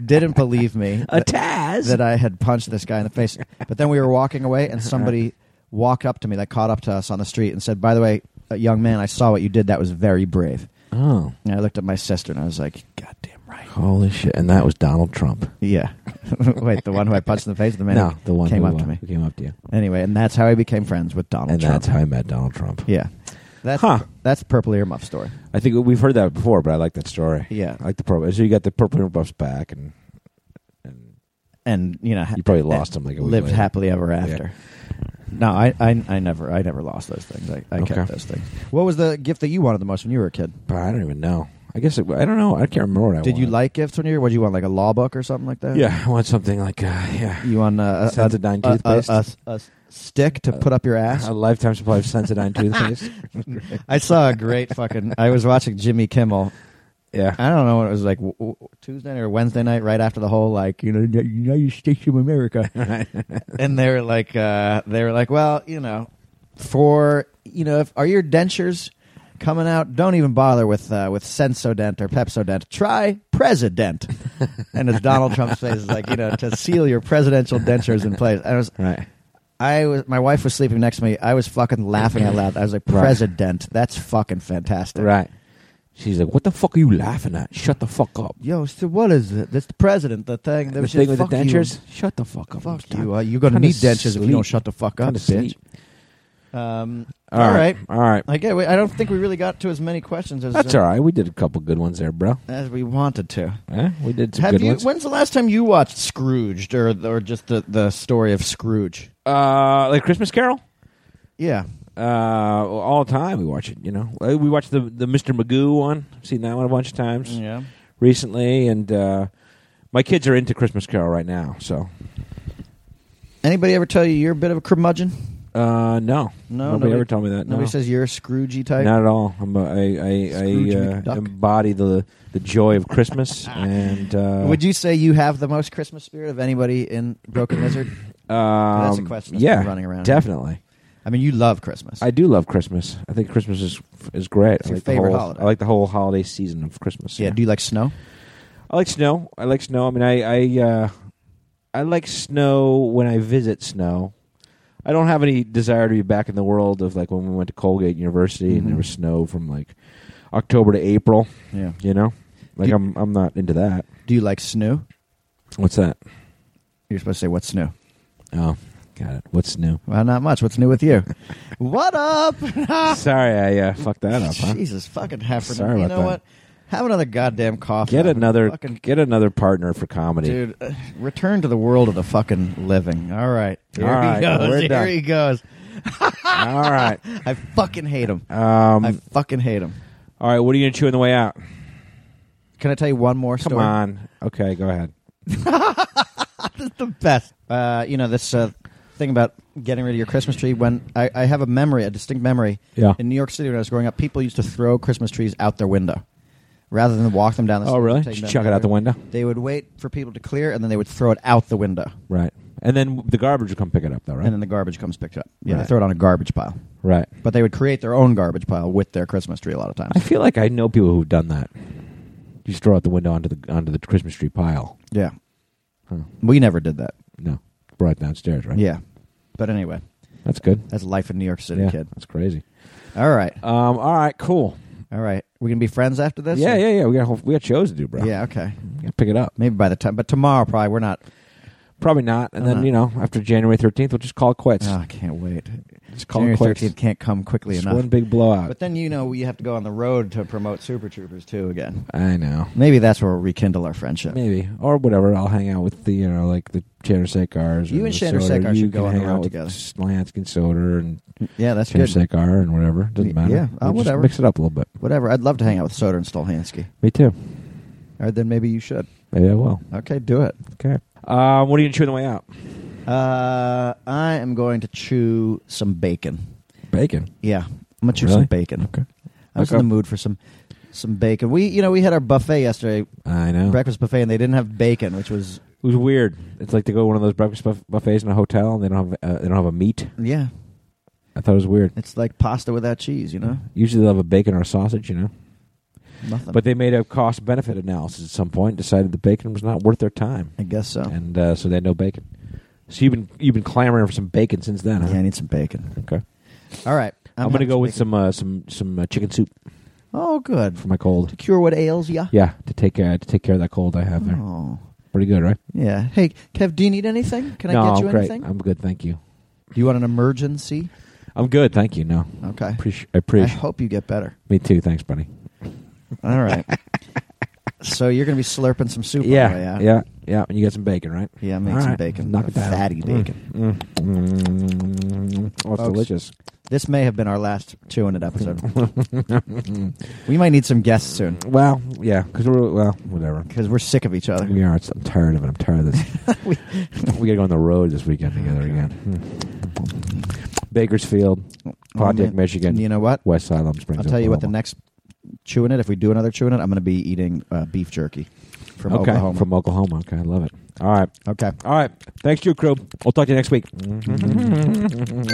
[SPEAKER 4] didn't believe me that,
[SPEAKER 1] Taz.
[SPEAKER 4] that i had punched this guy in the face but then we were walking away
[SPEAKER 1] Uh-huh.
[SPEAKER 4] and somebody walked up to me that caught up to us on the street and said by the way uh, young man i saw what you did that was very brave
[SPEAKER 1] oh,
[SPEAKER 4] and i looked at my sister and i was like god damn right
[SPEAKER 1] holy shit! And that was Donald Trump.
[SPEAKER 4] yeah wait the one who i punched in the face the man
[SPEAKER 1] no,
[SPEAKER 4] who
[SPEAKER 1] the one
[SPEAKER 4] came
[SPEAKER 1] who,
[SPEAKER 4] up
[SPEAKER 1] uh,
[SPEAKER 4] to me
[SPEAKER 1] who came up to you,
[SPEAKER 4] Anyway, and that's how I became friends with Donald
[SPEAKER 1] and
[SPEAKER 4] Trump.
[SPEAKER 1] that's how I met Donald Trump.
[SPEAKER 4] yeah. That's
[SPEAKER 1] Huh.
[SPEAKER 4] that's purple earmuff story.
[SPEAKER 1] I think we've heard that before, but I like that story.
[SPEAKER 4] Yeah.
[SPEAKER 1] I like the purple. So you got the purple earmuffs back, and and
[SPEAKER 4] And you know, ha-
[SPEAKER 1] you probably lost them like a week
[SPEAKER 4] lived
[SPEAKER 1] later.
[SPEAKER 4] happily ever after. No, I, I I never I never lost those things. I, I
[SPEAKER 1] Okay.
[SPEAKER 4] kept those things. What was the gift that you wanted the most when you were a kid?
[SPEAKER 1] But I don't even know. I guess it, I don't know. I can't remember what I
[SPEAKER 4] Did you
[SPEAKER 1] wanted.
[SPEAKER 4] like gifts when you were? What did you want? Like a law book or something like that?
[SPEAKER 1] Yeah, I want something like uh, yeah,
[SPEAKER 4] You want uh, a, a,
[SPEAKER 1] Sensodyne
[SPEAKER 4] a, a,
[SPEAKER 1] toothpaste,
[SPEAKER 4] a, a stick to put up your ass?
[SPEAKER 1] a lifetime supply of Sensodyne toothpaste.
[SPEAKER 4] I saw a great fucking. I was watching Jimmy Kimmel
[SPEAKER 1] Yeah,
[SPEAKER 4] I don't know what it was like w- w- Tuesday night or Wednesday night, right after the whole like you know United States of America, and they were like uh, they were like, well, you know, for you know, if are your dentures coming out? Don't even bother with uh, with Sensodent or Pepsodent. Try President, and as Donald Trump's face is like you know to seal your presidential dentures in place. I was
[SPEAKER 1] right.
[SPEAKER 4] I was my wife was sleeping next to me. I was fucking laughing out loud. I was like,
[SPEAKER 1] Right.
[SPEAKER 4] President, that's fucking fantastic,
[SPEAKER 1] Right. She's like, "What the fuck are you laughing at? Shut the fuck up."
[SPEAKER 4] Yo, so what is it? That's the president. The thing.
[SPEAKER 1] the thing with the dentures. Shut the fuck
[SPEAKER 4] You.
[SPEAKER 1] up.
[SPEAKER 4] Fuck
[SPEAKER 1] I'm
[SPEAKER 4] you.
[SPEAKER 1] trying-
[SPEAKER 4] Uh, you're gonna
[SPEAKER 1] trying to
[SPEAKER 4] need dentures if you don't
[SPEAKER 1] sleep.
[SPEAKER 4] shut the fuck
[SPEAKER 1] trying
[SPEAKER 4] up,
[SPEAKER 1] to
[SPEAKER 4] bitch.
[SPEAKER 1] sleep.
[SPEAKER 4] Um,
[SPEAKER 1] All right. All right.
[SPEAKER 4] I get. I don't think we really got to as many questions as
[SPEAKER 1] That's
[SPEAKER 4] uh,
[SPEAKER 1] all right. We did a couple good ones there, bro.
[SPEAKER 4] as we wanted to.
[SPEAKER 1] Eh? We did some
[SPEAKER 4] Have
[SPEAKER 1] good
[SPEAKER 4] you?
[SPEAKER 1] ones.
[SPEAKER 4] When's the last time you watched Scrooged or or just the the story of Scrooge?
[SPEAKER 1] uh, like Christmas Carol.
[SPEAKER 4] Yeah.
[SPEAKER 1] Uh, all the time we watch it. You know, Uh, we watched the the Mr. Magoo one. I've seen that one a bunch of times
[SPEAKER 4] Yeah.
[SPEAKER 1] recently, and uh, my kids are into Christmas Carol right now. So,
[SPEAKER 4] Anybody ever tell you you're a bit of a curmudgeon?
[SPEAKER 1] uh, no,
[SPEAKER 4] No,
[SPEAKER 1] nobody,
[SPEAKER 4] nobody-
[SPEAKER 1] ever told me that.
[SPEAKER 4] Nobody
[SPEAKER 1] no.
[SPEAKER 4] says you're a Scroogey type.
[SPEAKER 1] Not at all. I'm a, I,
[SPEAKER 4] Scrooge
[SPEAKER 1] I, I uh,
[SPEAKER 4] McDuck.
[SPEAKER 1] embody the the joy of Christmas, and uh,
[SPEAKER 4] Would you say you have the most Christmas spirit of anybody in Broken Lizard?
[SPEAKER 1] Um,
[SPEAKER 4] That's a question that's
[SPEAKER 1] yeah,
[SPEAKER 4] been running around.
[SPEAKER 1] Definitely,
[SPEAKER 4] I mean, you love Christmas.
[SPEAKER 1] I do love Christmas. I think Christmas is is great.
[SPEAKER 4] It's
[SPEAKER 1] I
[SPEAKER 4] your
[SPEAKER 1] like
[SPEAKER 4] favorite
[SPEAKER 1] the whole,
[SPEAKER 4] holiday.
[SPEAKER 1] I like the whole holiday season of Christmas.
[SPEAKER 4] yeah. Do you like snow?
[SPEAKER 1] I like snow. I like snow. I mean, I I uh, I like snow when I visit snow. I don't have any desire to be back in the world of like when we went to Colgate University and there
[SPEAKER 4] Mhm.
[SPEAKER 1] was snow from like October to April.
[SPEAKER 4] Yeah.
[SPEAKER 1] You know, like
[SPEAKER 4] Do-
[SPEAKER 1] I'm I'm not into that.
[SPEAKER 4] Do you like snoo?
[SPEAKER 1] What's that?
[SPEAKER 4] You're supposed to say what's new.
[SPEAKER 1] Oh, got it. What's new?
[SPEAKER 4] Well, not much. What's new with you? what up?
[SPEAKER 1] Sorry, I uh, fucked that up. Huh?
[SPEAKER 4] Jesus fucking heifer.
[SPEAKER 1] Sorry
[SPEAKER 4] you
[SPEAKER 1] about
[SPEAKER 4] know
[SPEAKER 1] that.
[SPEAKER 4] what? Have another goddamn coffee.
[SPEAKER 1] Get another
[SPEAKER 4] fucking
[SPEAKER 1] get another partner for comedy.
[SPEAKER 4] dude. uh, Return to the world of the fucking living. All right. Here
[SPEAKER 1] All
[SPEAKER 4] he
[SPEAKER 1] right,
[SPEAKER 4] goes.
[SPEAKER 1] we're
[SPEAKER 4] Here
[SPEAKER 1] done.
[SPEAKER 4] he goes.
[SPEAKER 1] All right.
[SPEAKER 4] I fucking hate him.
[SPEAKER 1] Um,
[SPEAKER 4] I fucking hate him.
[SPEAKER 1] all right. What are you gonna chew on the way out?
[SPEAKER 4] Can I tell you one more
[SPEAKER 1] Come
[SPEAKER 4] story?
[SPEAKER 1] on. Okay, go ahead.
[SPEAKER 4] the best. Uh, you know this uh, thing about getting rid of your Christmas tree. When I, I have a memory, a distinct memory.
[SPEAKER 1] Yeah.
[SPEAKER 4] In New York City when I was growing up, people used to throw Christmas trees out their window rather than walk them down the.
[SPEAKER 1] Oh,
[SPEAKER 4] street and
[SPEAKER 1] really?
[SPEAKER 4] take them
[SPEAKER 1] Just
[SPEAKER 4] down
[SPEAKER 1] chuck it out the window.
[SPEAKER 4] They would wait for people to clear, and then they would throw it out the window,
[SPEAKER 1] Right. And then the garbage will come pick it up, though, right?
[SPEAKER 4] and then the garbage comes picked up. Yeah.
[SPEAKER 1] Right.
[SPEAKER 4] They throw it on a garbage pile.
[SPEAKER 1] right.
[SPEAKER 4] But they would create their own garbage pile with their Christmas tree a lot of
[SPEAKER 1] I
[SPEAKER 4] times.
[SPEAKER 1] feel like I know people who've done that. You just throw out the window onto the onto the Christmas tree pile.
[SPEAKER 4] Yeah.
[SPEAKER 1] Huh.
[SPEAKER 4] We never did that.
[SPEAKER 1] No, brought it downstairs, right?
[SPEAKER 4] Yeah. But anyway,
[SPEAKER 1] that's good.
[SPEAKER 4] that's life in New York City,
[SPEAKER 1] yeah,
[SPEAKER 4] kid.
[SPEAKER 1] that's crazy.
[SPEAKER 4] All right.
[SPEAKER 1] Um, all right, cool.
[SPEAKER 4] All right. We can be friends after this?
[SPEAKER 1] yeah, yeah, yeah. We got a whole, we got shows to do, bro.
[SPEAKER 4] Yeah, okay.
[SPEAKER 1] We gotta pick it up.
[SPEAKER 4] Maybe by the time, but tomorrow probably we're not.
[SPEAKER 1] Probably not. And then
[SPEAKER 4] Uh-huh.
[SPEAKER 1] you know, after January thirteenth, we'll just call it quits.
[SPEAKER 4] Oh, I can't wait.
[SPEAKER 1] just call
[SPEAKER 4] January
[SPEAKER 1] it quits.
[SPEAKER 4] thirteenth can't come quickly
[SPEAKER 1] Just
[SPEAKER 4] enough.
[SPEAKER 1] one big blowout.
[SPEAKER 4] But then you know we have to go on the road to promote Super Troopers too again.
[SPEAKER 1] I know.
[SPEAKER 4] Maybe that's where we'll rekindle our friendship.
[SPEAKER 1] Maybe or whatever. I'll hang out with the you know like the Chandler Sekars.
[SPEAKER 4] You
[SPEAKER 1] or
[SPEAKER 4] and
[SPEAKER 1] the
[SPEAKER 4] Chandler
[SPEAKER 1] Soder.
[SPEAKER 4] Sekar
[SPEAKER 1] You
[SPEAKER 4] should go
[SPEAKER 1] can
[SPEAKER 4] on the
[SPEAKER 1] hang
[SPEAKER 4] road
[SPEAKER 1] out
[SPEAKER 4] together.
[SPEAKER 1] With Slansky and Soder and
[SPEAKER 4] Yeah, that's
[SPEAKER 1] Chandler
[SPEAKER 4] good.
[SPEAKER 1] Sekar and whatever. Doesn't
[SPEAKER 4] Y-
[SPEAKER 1] matter.
[SPEAKER 4] yeah, uh,
[SPEAKER 1] We'll just
[SPEAKER 4] whatever.
[SPEAKER 1] Mix it up a little bit.
[SPEAKER 4] Whatever. I'd love to hang out with Soder and Stolhansky.
[SPEAKER 1] Me too.
[SPEAKER 4] All right, then maybe you should.
[SPEAKER 1] Maybe I will.
[SPEAKER 4] Okay, do it.
[SPEAKER 1] Okay. Um, what are you gonna chew on the way out?
[SPEAKER 4] Uh, I am going to chew some bacon.
[SPEAKER 1] Bacon.
[SPEAKER 4] Yeah, I'm gonna chew
[SPEAKER 1] Really?
[SPEAKER 4] some bacon.
[SPEAKER 1] Okay.
[SPEAKER 4] I was
[SPEAKER 1] Okay.
[SPEAKER 4] in the mood for some some bacon. We, you know, we had our buffet yesterday,
[SPEAKER 1] I know.
[SPEAKER 4] breakfast buffet, and they didn't have bacon, which was
[SPEAKER 1] It was weird. It's like they go to one of those breakfast buff- buffets in a hotel and they don't have uh, they don't have a meat.
[SPEAKER 4] yeah,
[SPEAKER 1] I thought it was weird.
[SPEAKER 4] it's like pasta without cheese. You know,
[SPEAKER 1] Usually they'll have a bacon or a sausage, you know.
[SPEAKER 4] nothing.
[SPEAKER 1] But they made a cost benefit analysis at some point, and decided the bacon was not worth their time,
[SPEAKER 4] I guess so.
[SPEAKER 1] and uh, so they had no bacon. So you've been you've been clamoring for some bacon since then. Huh?
[SPEAKER 4] Yeah, I need some bacon.
[SPEAKER 1] uh, Okay,
[SPEAKER 4] All right,
[SPEAKER 1] I'm, gonna
[SPEAKER 4] having
[SPEAKER 1] go with
[SPEAKER 4] bacon.
[SPEAKER 1] some uh, some some uh, chicken soup
[SPEAKER 4] Oh, good.
[SPEAKER 1] for my cold.
[SPEAKER 4] To cure what ails ya.
[SPEAKER 1] Yeah, to take uh, to take care of that cold I have there.
[SPEAKER 4] Oh,
[SPEAKER 1] Pretty good, right?
[SPEAKER 4] yeah. Hey, Kev, do you need anything? Can
[SPEAKER 1] no,
[SPEAKER 4] I get you
[SPEAKER 1] I'm great.
[SPEAKER 4] anything?
[SPEAKER 1] I'm good, thank you.
[SPEAKER 4] Do you want an emergency?
[SPEAKER 1] I'm good, thank you. No,
[SPEAKER 4] Okay.
[SPEAKER 1] appreciate I
[SPEAKER 4] Oh. I
[SPEAKER 1] appreciate
[SPEAKER 4] hope you get better.
[SPEAKER 1] me too. Thanks, buddy.
[SPEAKER 4] All right. so you're gonna be slurping some soup. on the way
[SPEAKER 1] yeah,
[SPEAKER 4] out.
[SPEAKER 1] yeah, yeah. And you got some bacon, right?
[SPEAKER 4] Yeah, oh, make
[SPEAKER 1] All
[SPEAKER 4] some
[SPEAKER 1] right.
[SPEAKER 4] bacon.
[SPEAKER 1] Knock it down.
[SPEAKER 4] Fatty bacon.
[SPEAKER 1] Mm, mm. Oh, it's
[SPEAKER 4] Folks.
[SPEAKER 1] delicious.
[SPEAKER 4] This may have been our last chewing it episode.
[SPEAKER 1] Mm.
[SPEAKER 4] we might need some guests soon
[SPEAKER 1] Well, yeah, because we're well, whatever.
[SPEAKER 4] because we're sick of each other.
[SPEAKER 1] We are. It's- I'm tired of it. I'm tired of this.
[SPEAKER 4] We-
[SPEAKER 1] we gotta go on the road this weekend together
[SPEAKER 4] Okay.
[SPEAKER 1] again. Hmm. Bakersfield, Project
[SPEAKER 4] Um,
[SPEAKER 1] Michigan,
[SPEAKER 4] You know what?
[SPEAKER 1] West Salem
[SPEAKER 4] I'll
[SPEAKER 1] Springs.
[SPEAKER 4] tell you what. The
[SPEAKER 1] Oklahoma.
[SPEAKER 4] next chewing it, if we do another chewing it, I'm going to be eating uh, beef jerky from
[SPEAKER 1] okay,
[SPEAKER 4] Oklahoma.
[SPEAKER 1] from Oklahoma. Okay, I love it. All right,
[SPEAKER 4] okay.
[SPEAKER 1] all right. Thanks, to you crew. We'll talk to you next week.
[SPEAKER 4] Mm-hmm.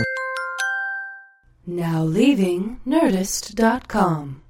[SPEAKER 2] Now leaving Nerdist.com.